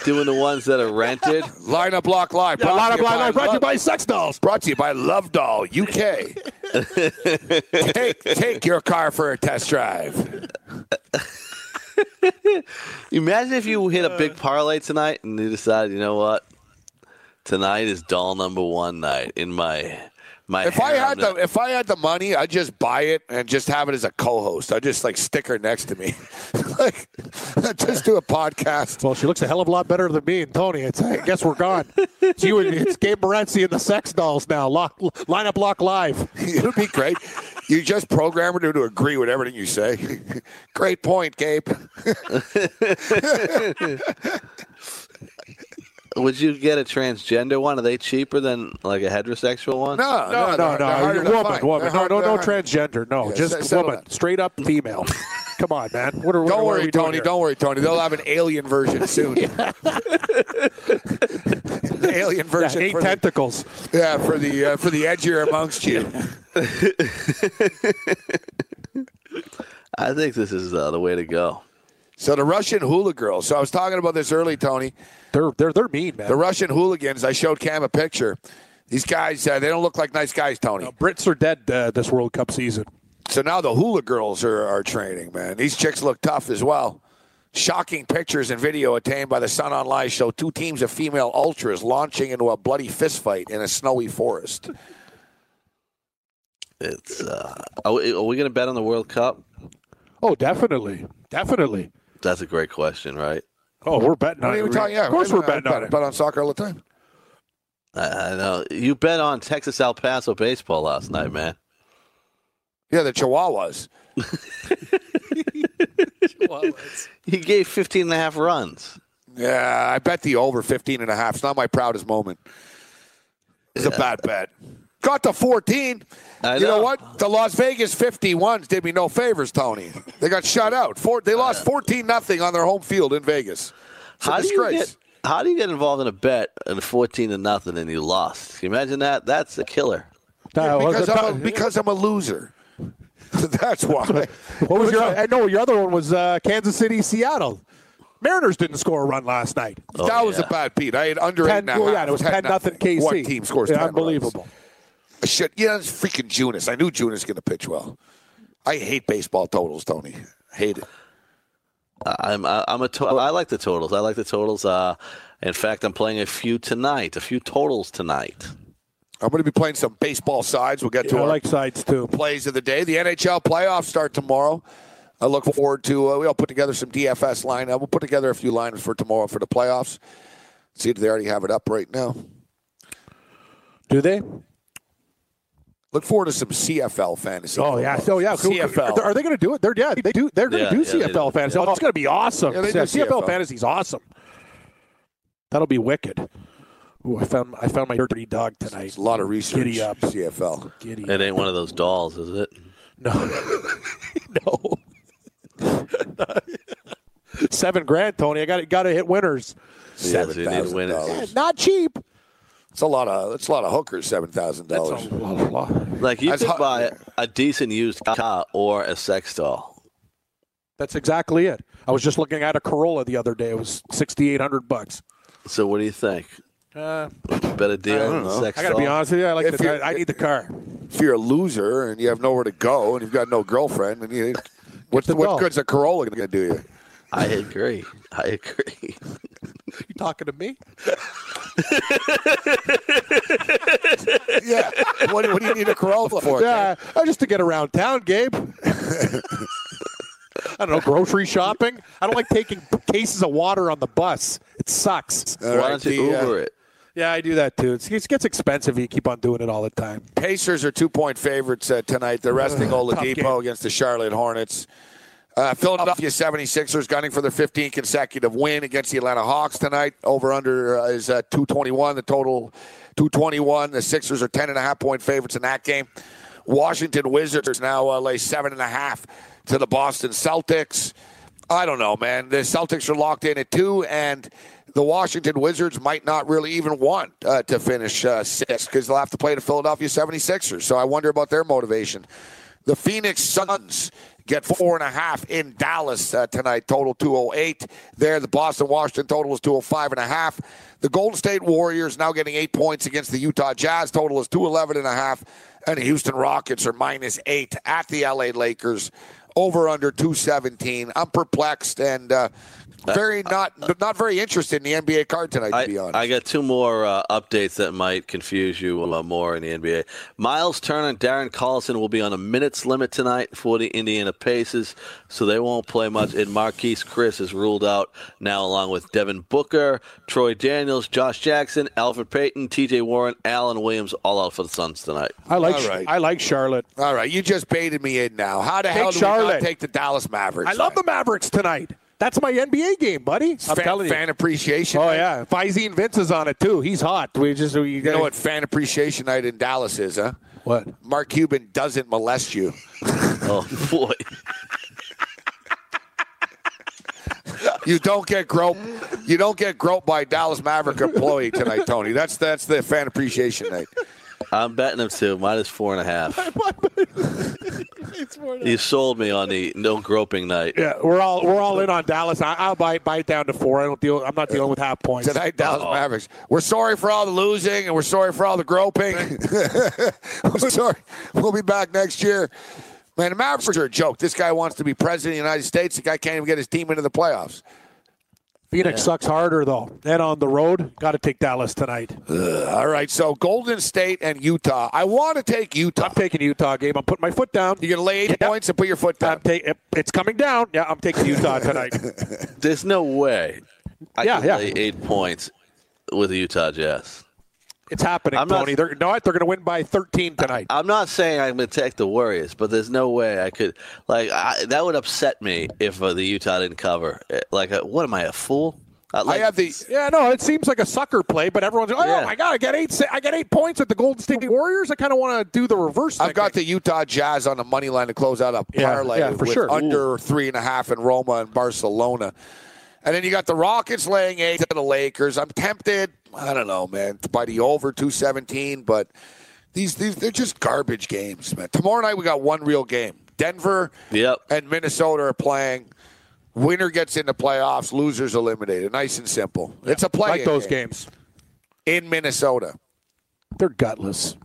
doing the ones that are rented. Lineup Block Live. A brought lot to of you blind by brought to you Love- by sex dolls. Brought to you by Love Doll UK. take take your car for a test drive. Imagine if you hit a big parlay tonight and you decide, you know what? Tonight is doll number one night in my my. If I harem had the that- if I had the money, I'd just buy it and just have it as a co-host. I'd just like stick her next to me, like just do a podcast. Well, she looks a hell of a lot better than me and Tony. It's, I guess we're gone. It's you and it's Gabe Morency and the sex dolls now. Lock, line up, lock live. It would be great. You just program her to, to agree with everything you say. great point, Gabe. would you get a transgender one? Are they cheaper than like a heterosexual one? No, No, no, no, they're- they're harder no. to Woman, find. woman. They're No, hard- no, they're no hard- transgender. No, Yeah, se- just settle woman. that. Straight up female. Come on, man. What are, what, Don't what are worry, we doing Tony. here? Don't worry, Tony. They'll have an alien version soon. The alien Yeah, version. eight for the- tentacles. Yeah, for the uh, for the edgier amongst you. I think this is uh, the way to go. So the Russian hula girls. So I was talking about this early, Tony. They're they're they're mean, man. The Russian hooligans. I showed Cam a picture. These guys, uh, they don't look like nice guys, Tony. Brits are dead uh, this World Cup season. So now the hula girls are, are training, man. These chicks look tough as well. Shocking pictures and video obtained by the Sun Online show two teams of female ultras launching into a bloody fistfight in a snowy forest. It's uh, are we, are we going to bet on the World Cup? Oh, definitely, definitely. That's a great question, right? Oh, we're betting on What are it. we talking? Yeah, of course, we're I betting bet, on it. bet on soccer all the time. I, I know you bet on Texas El Paso baseball last night, man. Yeah, the Chihuahuas. He gave 15 and a half runs. Yeah, I bet the over 15 and a half. It's not my proudest moment. It's a bad bet. Got to 14. I you know. know. what? The Las Vegas 51s did me no favors, Tony. They got shut out. Four, they lost Uh. 14 nothing on their home field in Vegas. It's a How do you disgrace. get? How do you get involved in a bet and 14 to nothing and you lost? Can you imagine that? That's a killer. Uh, well, because, the- I'm a, because I'm a loser. That's why. what was your? I know your other one was uh, Kansas City, Seattle. Mariners didn't score a run last night. Oh, that was yeah. a bad beat. I had under eight Ten, and a half. yeah, it was ten nothing. KC. One team scores Yeah, 10 runs. unbelievable. Shit, yeah, it's freaking Junis. I knew Junis going to pitch well. I hate baseball totals, Tony. Hate it. I- I'm I- I'm a to- I like the totals. I like the totals. Uh, in fact, I'm playing a few tonight. A few totals tonight. I'm going to be playing some baseball sides. We'll get to I our like sides too. plays of the day. The NHL playoffs start tomorrow. I look forward to. Uh, we all put together some DFS lineup. We'll put together a few lineups for tomorrow for the playoffs. See if they already have it up right now. Do they? Look forward to some CFL fantasy. Oh yeah. So yeah. cool. CFL. Are, they going to do it? They're yeah. They do. They're going Yeah, to do yeah, they CFL do. fantasy. Oh, it's going to be awesome. Yeah, they do CFL CFL. fantasy's awesome. That'll be wicked. Ooh, I found I found my dirty dog tonight. It's a lot of research. Giddy up. CFL. Giddy. It ain't one of those dolls, is it? No. no. Seven grand, Tony. I got got to hit winners. Yes, you need to win $7,000. it. Not cheap. It's a lot of. It's a lot of hookers. Seven thousand Oh, dollars. Like you That's could hot- buy a decent used car or a sex doll. That's exactly it. I was just looking at a Corolla the other day. It was sixty eight hundred bucks. So what do you think? Uh, Better deal don't than a know. sex I got to doll. be honest with you. I like. If The, you're- I, I need the car. If you're a loser and you have nowhere to go and you've got no girlfriend, and you, what's the what dog. good's a Corolla going to do you? I agree. I agree. You talking to me? Yeah. what, what do you need a Corolla for? Yeah, I just to get around town, Gabe. I don't know, grocery shopping. I don't like taking cases of water on the bus. It sucks. All Why right, don't you the, uh, Uber it? Yeah, I do that too. It's, it gets expensive. if You keep on doing it all the time. Pacers are two point favorites uh, tonight. They're resting Oladipo game. against the Charlotte Hornets. Uh, Philadelphia 76ers gunning for their 15th consecutive win against the Atlanta Hawks tonight. Over under uh, is uh, 221. The total 221. The Sixers are 10.5 point favorites in that game. Washington Wizards now uh, lay 7.5 to the Boston Celtics. I don't know, man. The Celtics are locked in at two, and the Washington Wizards might not really even want uh, to finish uh, sixth because they'll have to play the Philadelphia 76ers. So I wonder about their motivation. The Phoenix Suns get four and a half in Dallas uh, tonight, total 208. There, the Boston Washington total is 205 and a half. The Golden State Warriors now getting eight points against the Utah Jazz, total is 211 and a half. And the Houston Rockets are minus eight at the LA Lakers over under 217. I'm perplexed and uh, very not not very interested in the NBA card tonight. To I, be honest, I got two more uh, updates that might confuse you uh, more in the NBA. Miles Turner and Darren Collison will be on a minutes limit tonight for the Indiana Pacers, so they won't play much. And Marquise Chris is ruled out now, along with Devin Booker, Troy Daniels, Josh Jackson, Alfred Payton, T.J. Warren, Allen Williams, all out for the Suns tonight. I like All right. I like Charlotte. all right, you just baited me in now. How the hell do we not Charlotte. take the Dallas Mavericks? I love the Mavericks tonight. That's my NBA game, buddy. I'm fan, telling you. fan appreciation. oh night. yeah, Faizine Vince is on it too. He's hot. We just we You know what fan appreciation night in Dallas is, huh? What? Mark Cuban doesn't molest you. Oh boy, You don't get groped. You don't get groped by a Dallas Maverick employee tonight, Tony. That's that's the fan appreciation night. I'm betting them to minus four and a half. You sold me on the no groping night. Yeah, we're all we're all in on Dallas. I, I'll buy buy it down to four. I don't deal. I'm not dealing with half points. tonight, Dallas Mavericks. We're sorry for all the losing and we're sorry for all the groping. we're sorry. We'll be back next year. Man, the Mavericks are a joke. This guy wants to be president of the United States. The guy can't even get his team into the playoffs. Phoenix sucks harder though. And on the road, got to take Dallas tonight. All right, so Golden State and Utah. I want to take Utah. I'm taking Utah game. I'm putting my foot down. You're going to lay eight points and put your foot down. I'm ta- it's coming down. Yeah, I'm taking Utah tonight. There's no way I Yeah, can yeah. lay eight points with the Utah Jazz. It's happening, I'm not- Tony. They're no, they're going to win by 13 tonight. I'm not saying I'm going to take the Warriors, but there's no way I could. Like I, that would upset me if uh, the Utah didn't cover. Eh, Like, uh, what am I a fool? Uh, I like, have the yeah, no, it seems like a sucker play, but everyone's oh Yeah. my god, I got eight, se- I got eight points at the Golden State Warriors. I kind of want to do the reverse. I've got thinking. the Utah Jazz on the money line to close out a Yeah, parlay yeah, for with sure. under three and a half in Roma and Barcelona. And then you got the Rockets laying eight to the Lakers. I'm tempted, I don't know, man, by the over 217, but these, these they're just garbage games, man. Tomorrow night we got one real game. Denver Yep. and Minnesota are playing. Winner gets in the playoffs, losers eliminated. Nice and simple. It's a play like those games. in Minnesota. They're gutless.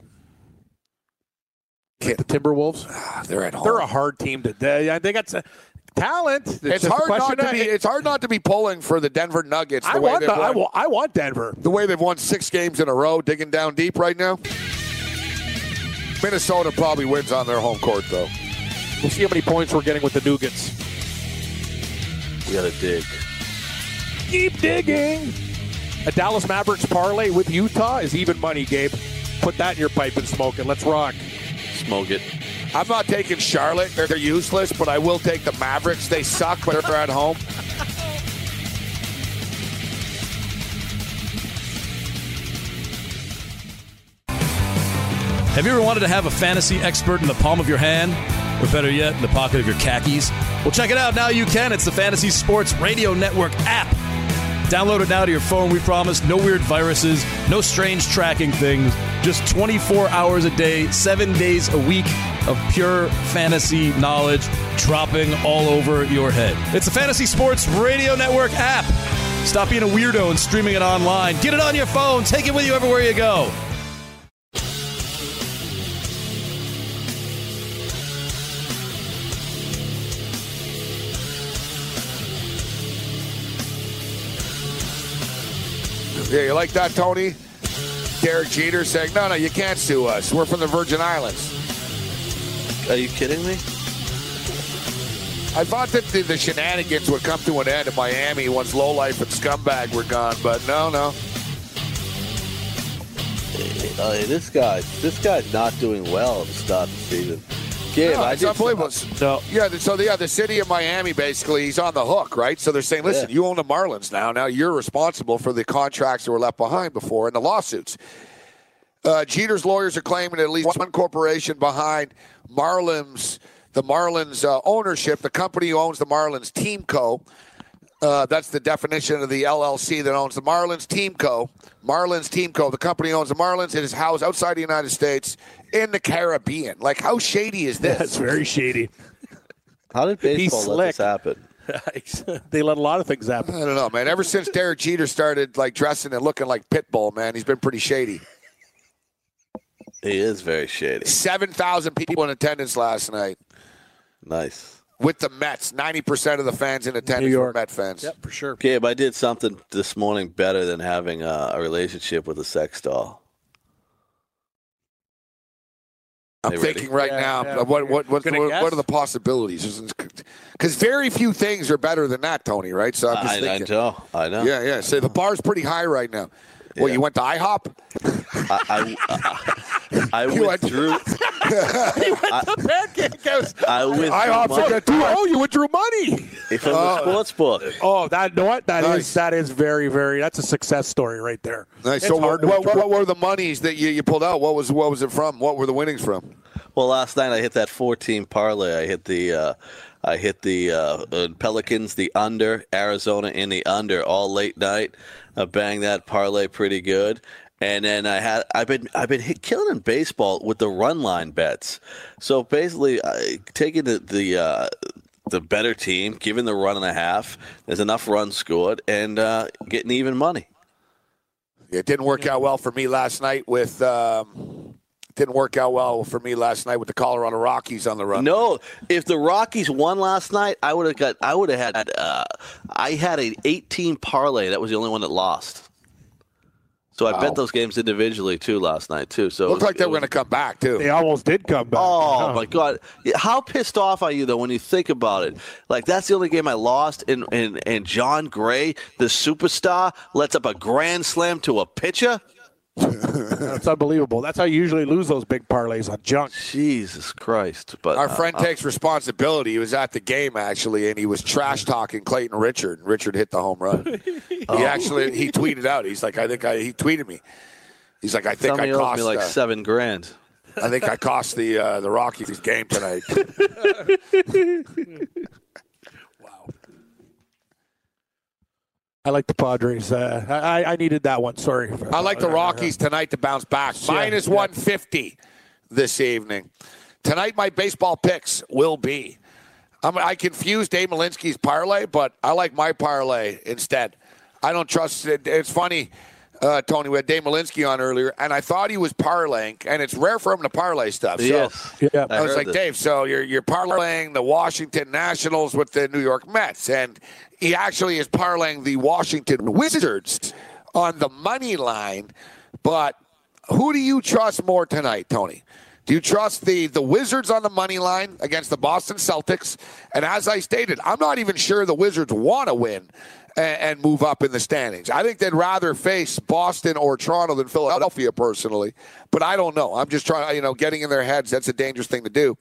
Kid, The Timberwolves. Ah, they're at home. They're a hard team to. They, they got s- talent. It's, It's just a hard question not to of- be. It's hard not to be pulling for the Denver Nuggets. The I way want they've the, I, won, wa- I want Denver. the way they've won six games in a row, digging down deep right now. Minnesota probably wins on their home court though. We'll see how many points we're getting with the Nuggets. we got to dig. Keep digging. A Dallas Mavericks parlay with Utah is even money, Gabe. Put that in your pipe and smoke it. Let's rock. Smoke it. I'm not taking Charlotte. They're, they're useless, but I will take the Mavericks. They suck, but they're at home. Have you ever wanted to have a fantasy expert in the palm of your hand? Or better yet, in the pocket of your khakis? Well, check it out. Now you can. It's the Fantasy Sports Radio Network app. Download it now to your phone. We promise no weird viruses, no strange tracking things, just 24 hours a day, seven days a week of pure fantasy knowledge dropping all over your head. It's the Fantasy Sports Radio Network app. Stop being a weirdo and streaming it online. Get it on your phone. Take it with you everywhere you go. Yeah, you like that, Tony? Derek Jeter saying, "No, no, you can't sue us. We're from the Virgin Islands." Are you kidding me? I thought that the, the shenanigans would come to an end in Miami once lowlife and scumbag were gone, but no, no. Uh, this guy, this guy's not doing well to start the season. Gabe, No, I it's did- unbelievable. No. Yeah, th- so the, yeah, the city of Miami basically he's on the hook, right? So they're saying, listen, Yeah. you own the Marlins now. Now you're responsible for the contracts that were left behind before and the lawsuits. Uh, Jeter's lawyers are claiming at least one corporation behind Marlins the Marlins uh, ownership, the company who owns the Marlins, Teamco. Uh, that's the definition of the LLC that owns the Marlins Teamco. Marlins Teamco, the company owns the Marlins. It is housed outside the United States in the Caribbean. Like, how shady is this? That's very shady. How did baseball let this slick. happen? they let a lot of things happen. I don't know, man. Ever since Derek Jeter started like dressing and looking like Pitbull, man, he's been pretty shady. He is very shady. Seven thousand people in attendance last night Nice. with the Mets. Ninety percent of the fans in attendance were York. Met fans. for sure. Gabe, I did something this morning better than having a, a relationship with a sex doll. I'm They ready? thinking right Yeah, now, yeah. what what what, Gonna what, guess? what are the possibilities? Because very few things are better than that, Tony. Right? So I'm just I, I thinking. know. I know. yeah, yeah. So the bar's pretty high right now. Well, you went to IHOP. I, I, I, I You went- withdrew. I withdrew IHOP's a money good tour. Oh, you withdrew money. from the sports book. Oh, that you know what? That is Nice. that is very very. That's a success story right there. Nice. It's So what, hard to what, withdraw. what were the monies that you, you pulled out? What was what was it from? What were the winnings from? Well, last night I hit that 14 parlay. I hit the uh, I hit the uh, uh, Pelicans, the under, Arizona in the under, all late night. I banged that parlay pretty good. And then I had I've been I've been hit, killing in baseball with the run line bets. So basically, I, taking the the uh, the better team, giving the run and a half, there's enough runs scored, and uh, getting even money. It didn't work out well for me last night with. Um, didn't work out well for me last night with the Colorado Rockies on the run. No, if the Rockies won last night, I would have got. I would have had. Uh, I had an 18 parlay. That was the only one that lost. So I bet those games individually too last night too. So it looked was- like they it were was- going to come back too. They almost did come back. Uh-huh. Oh my god! Yeah, How pissed off are you though when you think about it? Like that's the only game I lost, and and and John Gray, the superstar, lets up a grand slam to a pitcher. That's unbelievable. That's how you usually lose those big parlays on junk. Jesus Christ! But Our uh, friend takes responsibility. He was at the game actually, and he was trash talking Clayton Richard. And Richard hit the home run. Oh. He actually he tweeted out. He's like, I think I he tweeted me. He's like, I think I somebody owes cost. me like uh, seven grand. I think I cost the uh, the Rockies game tonight. I like the Padres. Uh, I I- I needed that one. Sorry. Uh, I like Oh, the Rockies tonight to bounce back. Minus 150 this evening. Tonight, my baseball picks will be. I'm, I confused Dave Malinsky's parlay, but I like my parlay instead. I don't trust it. It's funny, uh, Tony, we had Dave Malinsky on earlier, and I thought he was parlaying, and it's rare for him to parlay stuff. So yes, Yeah. I, was heard like, this. Dave, so you're you're parlaying the Washington Nationals with the New York Mets, and he actually is parlaying the Washington Wizards on the money line. But who do you trust more tonight, Tony? Do you trust the the Wizards on the money line against the Boston Celtics? And as I stated, I'm not even sure the Wizards want to win. a- And move up in the standings. I think they'd rather face Boston or Toronto than Philadelphia personally, but I don't know. I'm just trying, you know, getting in their heads. That's a dangerous thing to do.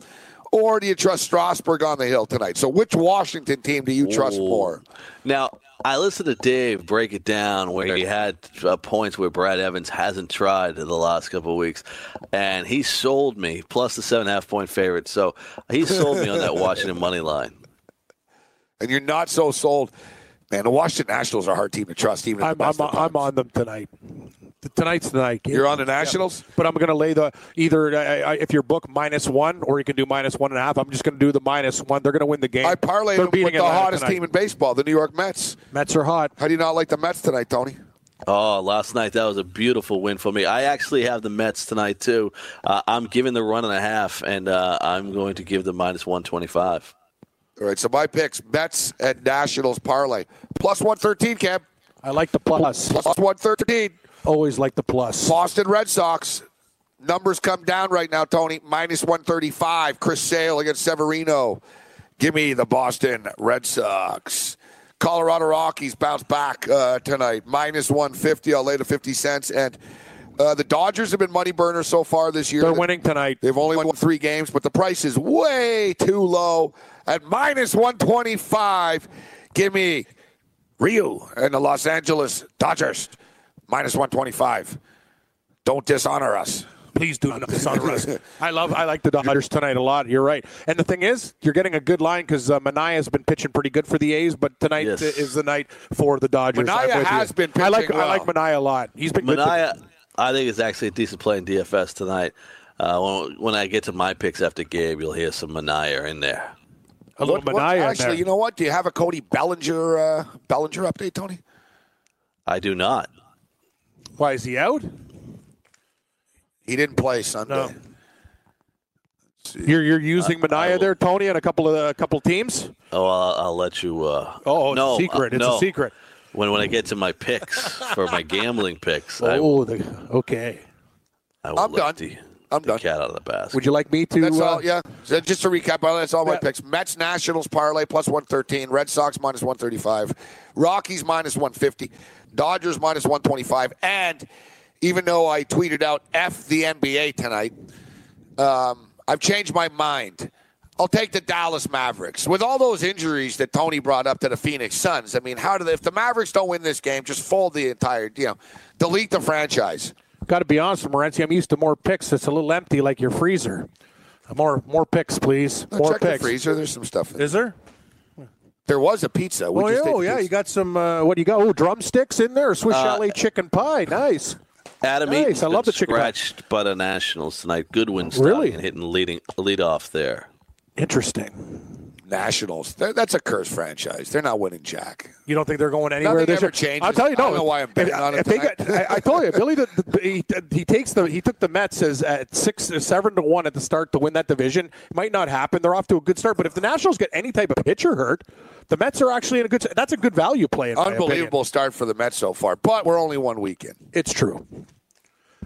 Or do you trust Strasburg on the hill tonight? So, which Washington team do you trust more? Now, I listened to Dave break it down where he had uh, points where Brad Evans hasn't tried in the last couple of weeks, and he sold me plus the seven and a half point favorite. So he sold me on that Washington money line. And you're not so sold. Man, the Washington Nationals are a hard team to trust, even. at I'm the I'm, best of I'm times. on them tonight. Tonight's the night. You're on the Nationals. But I'm going to lay the either I, I, if your book minus one or you can do minus one and a half. I'm just going to do the minus one. They're going to win the game. I parlayed They're them with the Atlanta hottest tonight. team in baseball, the New York Mets. Mets are hot. How do you not like the Mets tonight, Tony? Oh, last night that was a beautiful win for me. I actually have the Mets tonight too. Uh, I'm giving the run and a half, and uh, I'm going to give the minus one twenty five. All right, so my picks: Mets at Nationals parlay plus one thirteen. Cam I like the plus. plus one thirteen. Always like the plus. Boston Red Sox. Numbers come down right now, Tony. Minus 135. Chris Sale against Severino. Give me the Boston Red Sox. Colorado Rockies bounce back uh, tonight. Minus 150. I'll lay to 50 cents. And uh, the Dodgers have been money burners so far this year. They're winning tonight. They've only won three games, but the price is way too low at minus 125. Give me Ryu and the Los Angeles Dodgers minus 125. Don't dishonor us. Please do not sunrise. I love. I like the Dodgers tonight a lot. You're right. And the thing is, you're getting a good line because uh, Mania has been pitching pretty good for the A's, but tonight Yes. is the night for the Dodgers. Manaea I'm with has you. been I like. pitching I like well. Mania a lot. He's been good. for- Mania, I think is actually a decent play in DFS tonight. Uh, when, when I get to my picks after Gabe, you'll hear some Mania in there. a little What- Mania. what- in actually, there. you know what? Do you have a Cody Bellinger uh, Bellinger update, Tony? I do not. why is he out? He didn't play Sunday. No. You're you're using Mania there, Tony, and a couple of a couple teams. Oh, I'll, I'll let you. Uh, Oh, it's no, a secret. uh, it's no. a secret. When when I get to my picks for my gambling picks, I, will- Oh, the, okay. I will I'm let done. the, I'm the done. cat out of the basket. Would you like me to? That's uh, all. Yeah. So just to recap, by the way, that's all my Yeah. picks. Mets Nationals parlay plus one thirteen. Red Sox minus one thirty five. Rockies minus one fifty. Dodgers minus one twenty five. And even though I tweeted out f the NBA tonight, um, I've changed my mind. I'll take the Dallas Mavericks with all those injuries that Tony brought up to the Phoenix Suns. I mean, how do they, if the Mavericks don't win this game, just fold the entire, you know, delete the franchise. Got to be honest, Morency. I'm used to more picks. It's a little empty, like your freezer. More, more picks, please. No, more check picks. the freezer. There's some stuff. In there. Is there? There was a pizza. We Oh yeah, just ate oh, the yeah. pizza. You got some. Uh, what do you got? Oh, drumsticks in there. Swiss Uh, chalet chicken pie. Nice. Adam Nice, Eaton's I been love the chicken back. scratched by the Nationals tonight. Goodwin's Really? and hitting leading lead off there. Interesting. Nationals. They're, that's a cursed franchise. They're not winning jack. You don't think they're going anywhere Nothing this ever year? changes. I'll tell you, I no. don't know why I'm betting if, on it if they tonight. get- I, I told you, Billy. The, the, he, he takes the he took the Mets as at six or seven to one at the start to win that division. It might not happen. They're off to a good start, but if the Nationals get any type of pitcher hurt, the Mets are actually in a good. That's a good value play. In my opinion. Unbelievable start for the Mets so far, but we're only one weekend. It's true.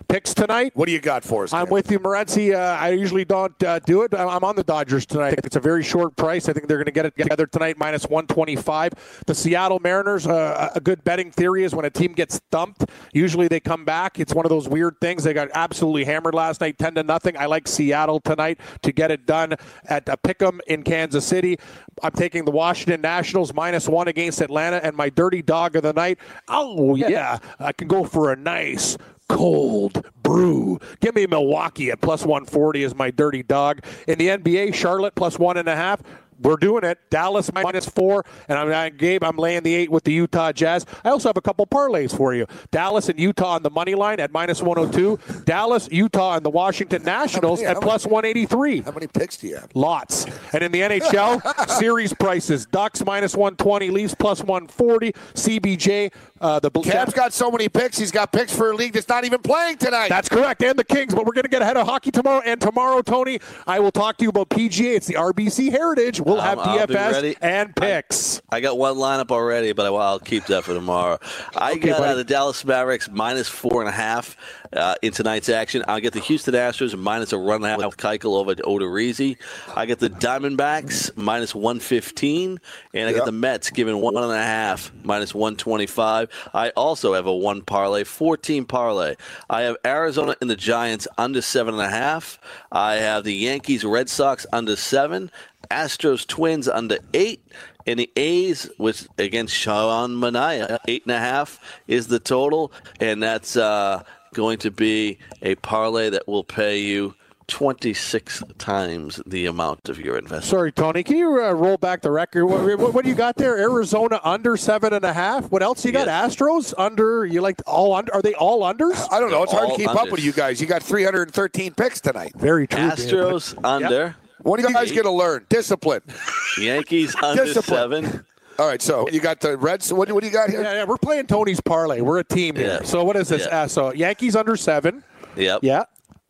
Picks tonight. What do you got for us? I'm Cam? with you, Morenzi. Uh, I usually don't uh, do it. I- I'm on the Dodgers tonight. I think it's a very short price. I think they're going to get it together tonight, minus 125. The Seattle Mariners, uh, a good betting theory is when a team gets thumped, usually they come back. It's one of those weird things. They got absolutely hammered last night, 10 to nothing. I like Seattle tonight to get it done at a pick'em in Kansas City. I'm taking the Washington Nationals minus one against Atlanta, and my dirty dog of the night. Oh yeah, I can go for a nice cold brew. Give me Milwaukee at plus 140 is my dirty dog. In the NBA, Charlotte plus one and a half. We're doing it. Dallas minus four, and I'm I- Gabe. I'm laying the eight with the Utah Jazz. I also have a couple parlays for you. Dallas and Utah on the money line at minus 102. Dallas, Utah, and the Washington Nationals many- at how plus 183. How many picks do you have? Lots. And in the NHL, series prices. Ducks minus 120, Leafs plus 140, CBJ, uh, the Blue Cam's got so many picks. He's got picks for a league that's not even playing tonight. That's correct. And the Kings. But we're going to get ahead of hockey tomorrow. And tomorrow, Tony, I will talk to you about PGA. It's the RBC Heritage. We'll have Um, I'll be DFS ready. and picks. I got one lineup already, but I, will keep that for tomorrow. I got uh, buddy. the Dallas Mavericks minus four and a half uh, in tonight's action. I'll get the Houston Astros minus a run and a half with Keuchel over to Odorizzi. I get the Diamondbacks minus 115, and I get the Mets giving one and a half minus 125. I also have a one parlay, 14 parlay. I have Arizona and the Giants under seven and a half. I have the Yankees, Red Sox under seven. Astros Twins under eight, and the A's which against Sean Mania eight and a half is the total, and that's uh, going to be a parlay that will pay you twenty six times the amount of your investment. Sorry, Tony. Can you uh, roll back the record? What, what, what do you got there? Arizona under seven and a half. What else you got? Yes. Astros under. You like all under? Are they all unders? Uh, I don't know. It's hard to All keep up unders. with you guys. You got 313 picks tonight. Very true. Dan. Astros under, What are you guys going to learn? Discipline. Yankees under Discipline. seven. All right. So you got the Reds. What, what do you got here? Yeah, yeah, we're playing Tony's parlay. We're a team here. Yeah. So what is this? Yeah. Uh, so Yankees under seven. Yep. Yeah.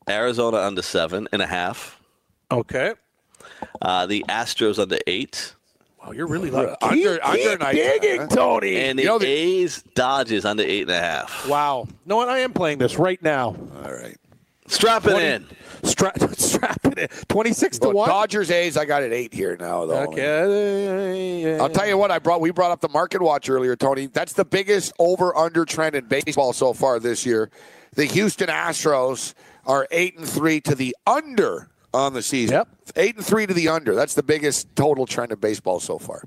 Arizona under seven and a half. Okay. Uh, the Astros under eight. Wow, you're really lucky. Under- under night. digging, Tony. And the You know the- A's Dodgers under eight and a half. Wow. No, and I am playing this right now. All right. Strap it in. Stra- strap it in. 26 to Oh, Well, 1. Dodgers A's. I got it eight here now. Though. Okay. I'll tell you what I brought. We brought up the Market Watch earlier, Tony. That's the biggest over/under trend in baseball so far this year. The Houston Astros are eight and three to the under on the season. Yep. Eight and three to the under. That's the biggest total trend in baseball so far.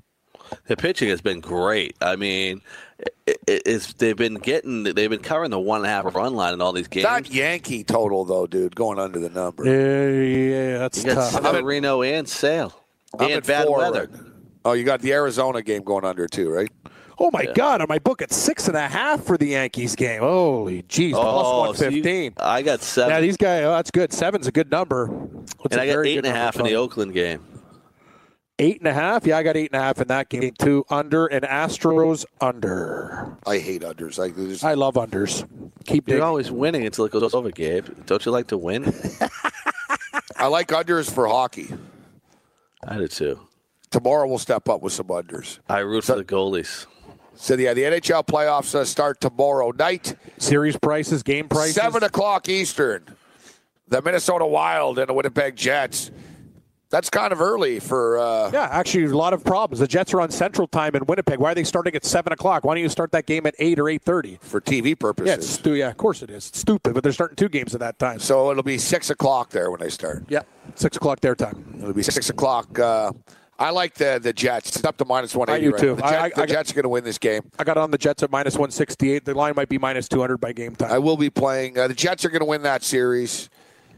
their pitching has been great. I mean, it, it, it's they've been getting they've been covering the one and a half run line in all these games. Not Yankee total though, dude. Going under the number. Yeah, yeah, that's you got tough. Severino and Sale I'm and at bad four weather. right now. Oh, you got the Arizona game going under too, right? Oh my God! On my book at six and a half for the Yankees game. Holy Oh, jeez, plus one so you- fifteen. I got seven. Yeah, these guys. Oh, that's good. Seven's a good number. That's and a I got very eight good and a number, half in Tony. the Oakland game. Eight and a half. Yeah, I got eight and a half in that game too. Under and Astros under. I hate unders. I just, I love unders. Keep You're digging. always winning until it goes over, Gabe. Don't you like to win? I like unders for hockey. I do too. Tomorrow we'll step up with some unders. I root for the goalies. So yeah, the NHL playoffs uh, start tomorrow night, Series prices, game prices. seven o'clock Eastern. The Minnesota Wild and the Winnipeg Jets. That's kind of early for. Uh, Yeah, actually, a lot of problems. The Jets are on Central Time in Winnipeg. Why are they starting at seven o'clock? Why don't you start that game at eight or eight thirty? for TV Yeah, it's purposes. stu- yeah, of course it is. It's stupid, but they're starting two games at that time. So, so it'll be six o'clock there when they start. yeah, six o'clock their time. It'll be six o'clock. Uh, I like the the Jets. It's up to minus one eighty. I do too. The, I- Jets- I- the I got- Jets are going to win this game. I got on the Jets at minus one sixty eight. The line might be minus two hundred by game time. I will be playing. Uh, the Jets are going to win that series.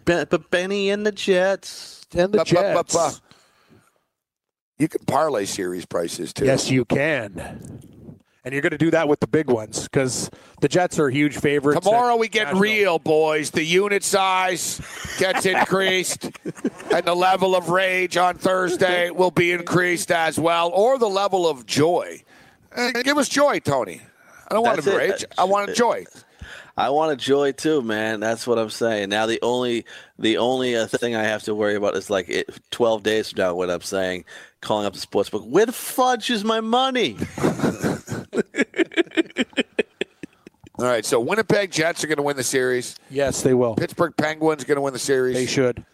Ben, but Benny and the Jets. and the Buh, buh, buh, Jets. buh. You can parlay series prices too. Yes, you can. And you're going to do that with the big ones because the Jets are huge favorites. Tomorrow at we get Nashville. real, boys. The unit size gets increased, and the level of rage on Thursday will be increased as well, or the level of joy. Uh, Give us joy, Tony. I don't want That's it. Uh, rage. I want joy. I want a joy too, man. That's what I'm saying. Now the only the only uh, thing I have to worry about is like it, 12 days from now when I'm saying calling up the sports book. Where the fudge is my money? All right, so Winnipeg Jets are going to win the series. Yes, they will. Pittsburgh Penguins going to win the series. They should.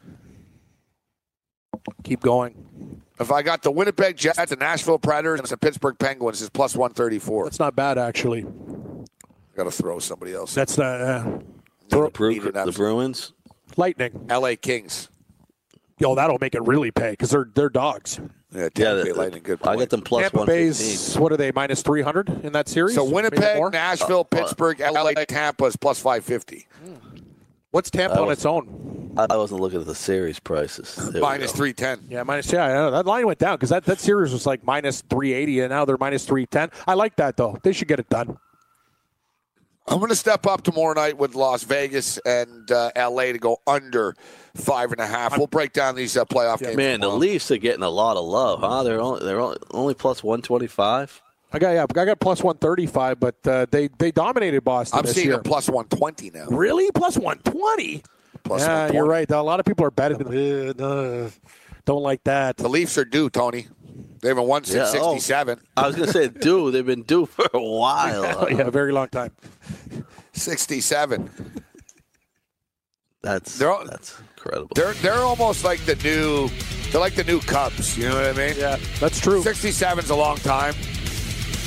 Keep going. If I got the Winnipeg Jets, the Nashville Predators, and the Pittsburgh Penguins, is plus 134. That's not bad, actually. I got to throw somebody else. That's the uh, The, Bru- Need an the abs- Bruins. Lightning. LA Kings. Yo, that'll make it really pay because they're they're dogs. Yeah, Yeah, Tampa Bay the- the- Lightning, good I point. got them plus Tampa 115. Bay's what are they minus three hundred in that series? So Maybe Winnipeg, more? Nashville, Uh, Pittsburgh, LA, Tampa is plus 550. What's Tampa on was- its own? I I wasn't looking at the series prices. There we Minus go. 310. Yeah, minus yeah. I know. That line went down because that, that series was like minus three eighty, and now they're minus three ten. I like that though. They should get it done. I'm going to step up tomorrow night with Las Vegas and uh, LA to go under five and a half. We'll break down these uh, playoff games. Man, the Leafs are getting a lot of love, huh? They're only they're only, only plus 125. I got yeah, I got plus one thirty five, but uh, they they dominated Boston I'm this seeing year. a plus 120 now. really, plus one twenty. Plus Yeah, 120. you're right. A lot of people are betting. Uh, no, don't like that. The Leafs are due, Tony. They haven't won since Yeah, oh. 67. I was gonna say, dude, they've been due for a while. yeah, very long time. 67. That's They're all- that's incredible. They're they're almost like the new they're like the new Cubs, you know what I mean? Yeah, that's true. 67's a long time.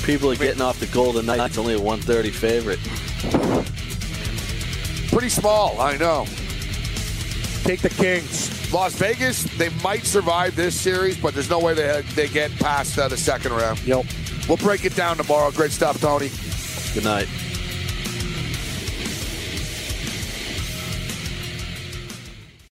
People are getting off the Golden Knights only a 130 favorite. Pretty small, I know. Take the Kings. Las Vegas, they might survive this series, but there's no way they they get past uh, the second round. Yep. We'll break it down tomorrow. Great stuff, Tony. Good night.